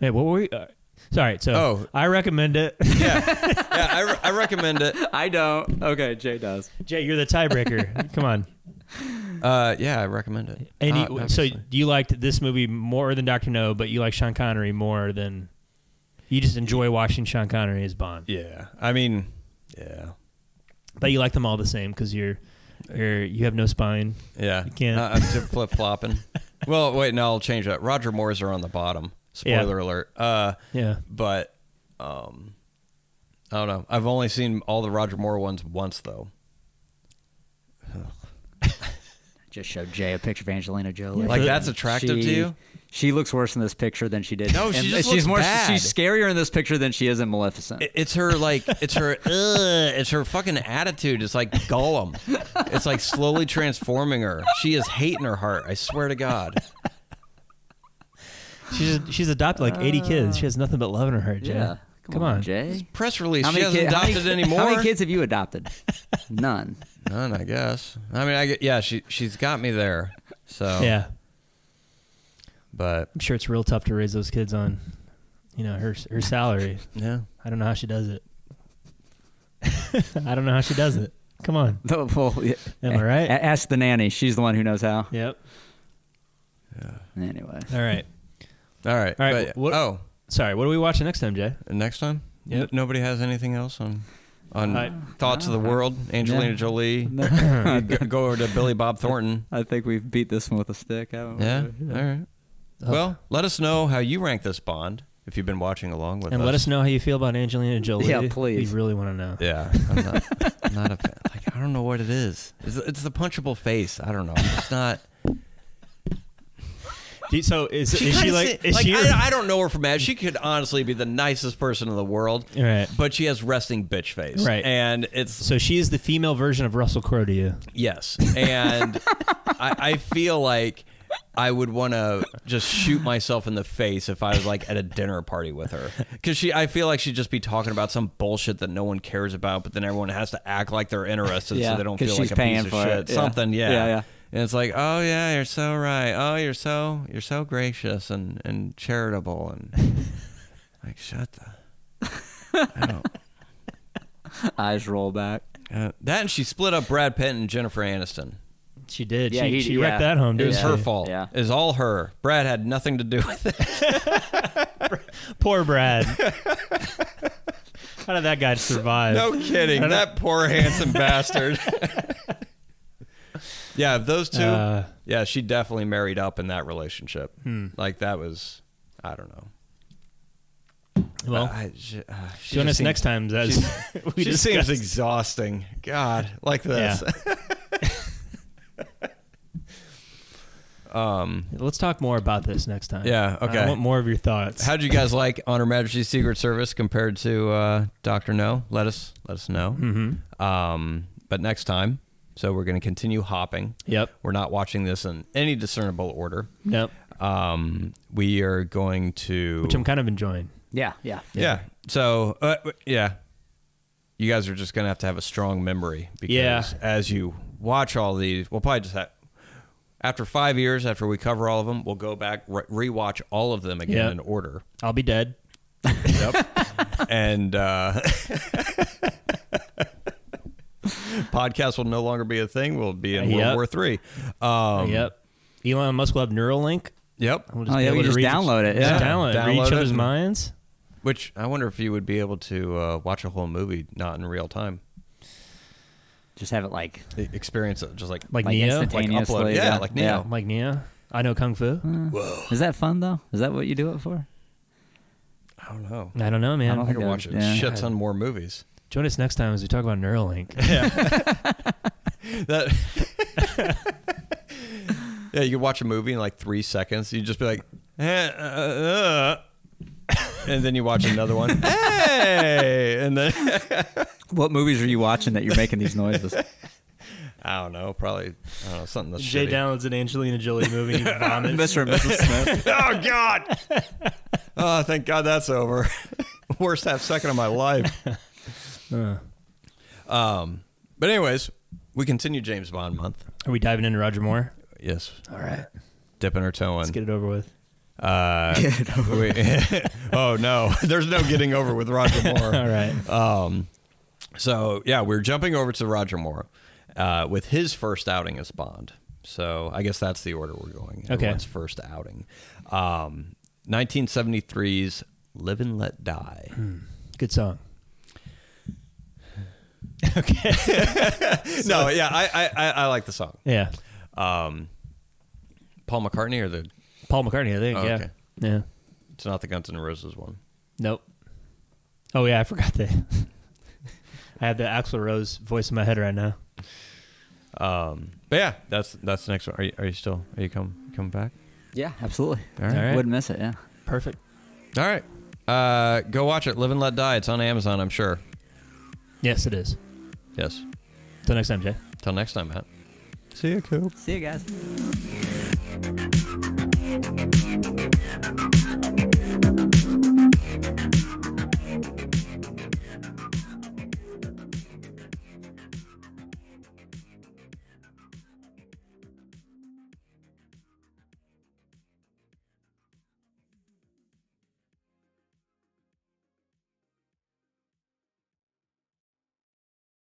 Speaker 3: Hey, what were we? Uh, sorry. So
Speaker 1: Oh.
Speaker 3: I recommend it.
Speaker 1: yeah, I, re- I recommend it.
Speaker 2: I don't. Okay, Jay does.
Speaker 3: Jay, you're the tiebreaker. Come on.
Speaker 1: Uh, yeah, I recommend it.
Speaker 3: And
Speaker 1: Uh,
Speaker 3: you, so
Speaker 1: obviously.
Speaker 3: you liked this movie more than Doctor No, but you like Sean Connery more than you just enjoy watching Sean Connery as Bond.
Speaker 1: yeah, I mean, yeah,
Speaker 3: But you like them all the same because you're you're you have no spine.
Speaker 1: yeah.
Speaker 3: You can't-
Speaker 1: Uh, I'm flip flopping. well, wait, no, I'll change that. Roger Moore's are on the bottom.
Speaker 3: Yeah.
Speaker 1: Spoiler alert. Uh,
Speaker 3: Yeah.
Speaker 1: but um I don't know. I've only seen all the Roger Moore ones once though.
Speaker 2: Just showed Jay a picture of Angelina Jolie.
Speaker 1: Like, that's attractive to you?
Speaker 2: She looks worse in this picture than she did.
Speaker 1: No, she
Speaker 2: and
Speaker 1: just
Speaker 2: she's
Speaker 1: looks
Speaker 2: more.
Speaker 1: bad.
Speaker 2: She's scarier in this picture than she is in Maleficent.
Speaker 1: It- It's her like it's her ugh, it's her fucking attitude. It's like Gollum. It's like slowly transforming her. She is hate in her heart. I swear to God.
Speaker 3: She's she's adopted like 80
Speaker 1: Uh,
Speaker 3: kids. She has nothing but love in her heart, Jay.
Speaker 2: yeah. Come, on, Jay.
Speaker 1: Press release.
Speaker 2: How
Speaker 1: She
Speaker 2: many,
Speaker 1: hasn't
Speaker 2: kid- how many-
Speaker 1: adopted anymore.
Speaker 2: how many kids have you adopted? None.
Speaker 1: None, I guess. I mean, I get, yeah. She she's got me there. So
Speaker 3: Yeah.
Speaker 1: but
Speaker 3: I'm sure it's real tough to raise those kids on, you know, her her salary.
Speaker 1: yeah.
Speaker 3: I don't know how she does it. I don't know how she does it. Come on.
Speaker 2: No, well, yeah.
Speaker 3: Am I right?
Speaker 2: A- ask the nanny. She's the one who knows how.
Speaker 3: Yep.
Speaker 2: Anyway,
Speaker 3: All right.
Speaker 1: All right.
Speaker 3: All right,
Speaker 1: But,
Speaker 3: what-
Speaker 1: oh,
Speaker 3: Sorry. What are we watching next time, Jay?
Speaker 1: next time.
Speaker 3: Yep.
Speaker 1: N- nobody has anything else on on
Speaker 3: I-
Speaker 1: thoughts of the world. Angelina
Speaker 2: Uh, No.
Speaker 1: Jolie. go, go over to Billy Bob Thornton.
Speaker 2: I think we've beat this one with a stick. haven't we?
Speaker 1: Yeah. Uh, All right.
Speaker 3: Oh.
Speaker 1: Well, let us know how you rank this Bond if you've been watching along with
Speaker 3: And
Speaker 1: us.
Speaker 3: let us know how you feel about Angelina Jolie.
Speaker 2: Yeah, please.
Speaker 3: We really want to know.
Speaker 1: Yeah, I'm not, I'm not a fan. Like, I don't know what it is. It's, it's the punchable face. I don't know. It's not.
Speaker 3: So is,
Speaker 1: kinda si- I, I don't know her from Ad. She could honestly be the nicest person in the world,
Speaker 3: Right.
Speaker 1: but she has resting bitch face.
Speaker 3: Right.
Speaker 1: And it's
Speaker 3: so she is the female version of Russell Crowe to you.
Speaker 1: Yes. And I, I feel like I would want to just shoot myself in the face if I was like at a dinner party with her. Because she, I feel like she'd just be talking about some bullshit that no one cares about, but then everyone has to act like they're interested
Speaker 2: Yeah,
Speaker 1: so they don't
Speaker 2: 'cause
Speaker 1: feel
Speaker 2: she's
Speaker 1: like a
Speaker 2: paying
Speaker 1: piece of
Speaker 2: for
Speaker 1: shit.
Speaker 2: it. Yeah.
Speaker 1: Something, yeah.
Speaker 2: Yeah, yeah.
Speaker 1: And it's like, oh yeah, you're so right. Oh, you're so you're so gracious and and charitable and like shut the. I don't.
Speaker 2: Eyes roll back.
Speaker 1: Uh, that and she split up Brad Pitt and Jennifer Aniston.
Speaker 3: She did.
Speaker 2: Yeah,
Speaker 3: she
Speaker 2: he-
Speaker 3: she
Speaker 2: yeah.
Speaker 3: wrecked that home.
Speaker 1: It was
Speaker 3: didn't
Speaker 1: her
Speaker 3: she?
Speaker 1: fault.
Speaker 2: Yeah.
Speaker 1: It was all her. Brad had nothing to do with it.
Speaker 3: Poor Brad. How did that guy survive?
Speaker 1: kidding. That poor handsome bastard. yeah, of those two.
Speaker 3: Uh, Hmm.
Speaker 1: yeah, she definitely married up in that relationship. Like that was, I don't know.
Speaker 3: well,
Speaker 1: I, she, uh, she
Speaker 3: join
Speaker 1: just
Speaker 3: us
Speaker 1: seems-
Speaker 3: next time. That's we
Speaker 1: She seems
Speaker 3: discussed.
Speaker 1: exhausting. God, like
Speaker 3: Yeah.
Speaker 1: this. um.
Speaker 3: Let's talk more about this next time.
Speaker 1: Yeah, okay.
Speaker 3: I want more of your thoughts.
Speaker 1: How'd you guys like on Her Majesty's Secret Service compared
Speaker 3: Mm-hmm.
Speaker 1: to uh, Doctor No? Let us let us know. Um, but next time, So we're going to continue hopping.
Speaker 3: Yep.
Speaker 1: We're not watching this in any discernible order.
Speaker 3: Nope.
Speaker 1: Um, we are going to.
Speaker 3: Which I'm kind of enjoying.
Speaker 2: Yeah, yeah.
Speaker 1: yeah. So, uh, w- yeah. You guys are just going to have to have a strong memory because
Speaker 3: Yeah.
Speaker 1: as you watch all these, we'll probably just have. After five years, after we cover all of them, we'll go back, re- rewatch all of them again
Speaker 3: Yeah.
Speaker 1: in order.
Speaker 3: I'll be dead.
Speaker 1: and uh, podcast will no longer be a thing. We'll be in World
Speaker 3: Yep.
Speaker 1: War Three. Um,
Speaker 3: yep. Elon Musk will have Neuralink.
Speaker 1: Yep.
Speaker 3: We'll
Speaker 2: Oh,
Speaker 3: be
Speaker 2: yeah,
Speaker 3: able
Speaker 2: we
Speaker 3: to
Speaker 2: just
Speaker 3: read-
Speaker 2: download it,
Speaker 1: yeah.
Speaker 3: just download, it, read
Speaker 1: Download
Speaker 3: each
Speaker 1: it
Speaker 3: other's
Speaker 1: and-
Speaker 3: minds.
Speaker 1: Which I wonder if you would be able to uh, watch a whole movie not in real time,
Speaker 2: Just have it like
Speaker 1: E- experience it just like
Speaker 3: Like,
Speaker 2: Like
Speaker 3: Neo.
Speaker 2: instant-
Speaker 1: like upload.
Speaker 2: Instantaneously,
Speaker 1: Yeah,
Speaker 2: yeah. Mm.
Speaker 1: like Neo.
Speaker 3: like Neo. I know Kung Fu.
Speaker 1: Whoa.
Speaker 2: Is that fun though? Is that what you do it for?
Speaker 1: I don't know.
Speaker 3: I don't know, man.
Speaker 2: don't
Speaker 1: I
Speaker 2: think
Speaker 1: could watch
Speaker 2: Yeah.
Speaker 1: a shit ton more movies.
Speaker 3: Join us next time as we talk about Neuralink.
Speaker 1: That. Yeah, you could watch a movie in like three seconds. You'd just be like, eh, uh, uh, uh. and then you watch another one. hey! And then.
Speaker 2: What movies are you watching that you're making these noises?
Speaker 1: I don't know, probably I don't know, something that's
Speaker 3: Jay
Speaker 1: shitty.
Speaker 3: downloads an Angelina Jolie movie. And he vomits.
Speaker 2: Mr. and Mrs. Smith.
Speaker 1: Oh God! oh, thank God that's over. Worst half second of my life.
Speaker 3: Uh,
Speaker 1: Um, but anyways, we continue James Bond month.
Speaker 3: are we diving into Roger Moore?
Speaker 1: Yes,
Speaker 3: All right,
Speaker 1: dipping our toe
Speaker 3: let's
Speaker 1: in.
Speaker 3: get it over with.
Speaker 1: Uh, we- oh no, there's no getting over with Roger Moore.
Speaker 3: All right.
Speaker 1: Um, so yeah, we're jumping over to Roger Moore uh, with his first outing as Bond. So I guess that's the order we're going.
Speaker 3: Okay.
Speaker 1: Everyone's first outing, um, 1973's "Live and Let Die."
Speaker 3: Good song.
Speaker 1: no, yeah, I, I- I I like the song.
Speaker 3: Yeah.
Speaker 1: Um, Paul McCartney or the
Speaker 3: Paul McCartney, I think.
Speaker 1: Oh,
Speaker 3: yeah.
Speaker 1: okay.
Speaker 3: Yeah.
Speaker 1: it's not the Guns N' Roses one.
Speaker 3: Nope. Oh yeah, I forgot that. I have the Axl Rose voice in my head right now.
Speaker 1: Um, but yeah, that's that's the next one. Are you, are you still are you come coming back?
Speaker 2: Yeah, absolutely.
Speaker 1: All right.
Speaker 3: All right.
Speaker 2: Wouldn't miss it. Yeah.
Speaker 3: Perfect.
Speaker 1: All right, uh, go watch it. Live and Let Die. It's on Amazon, I'm sure.
Speaker 3: Yes, it is.
Speaker 1: Yes.
Speaker 3: Till next time, Jay.
Speaker 1: Till next time, Matt. See you, Coop.
Speaker 2: See you guys.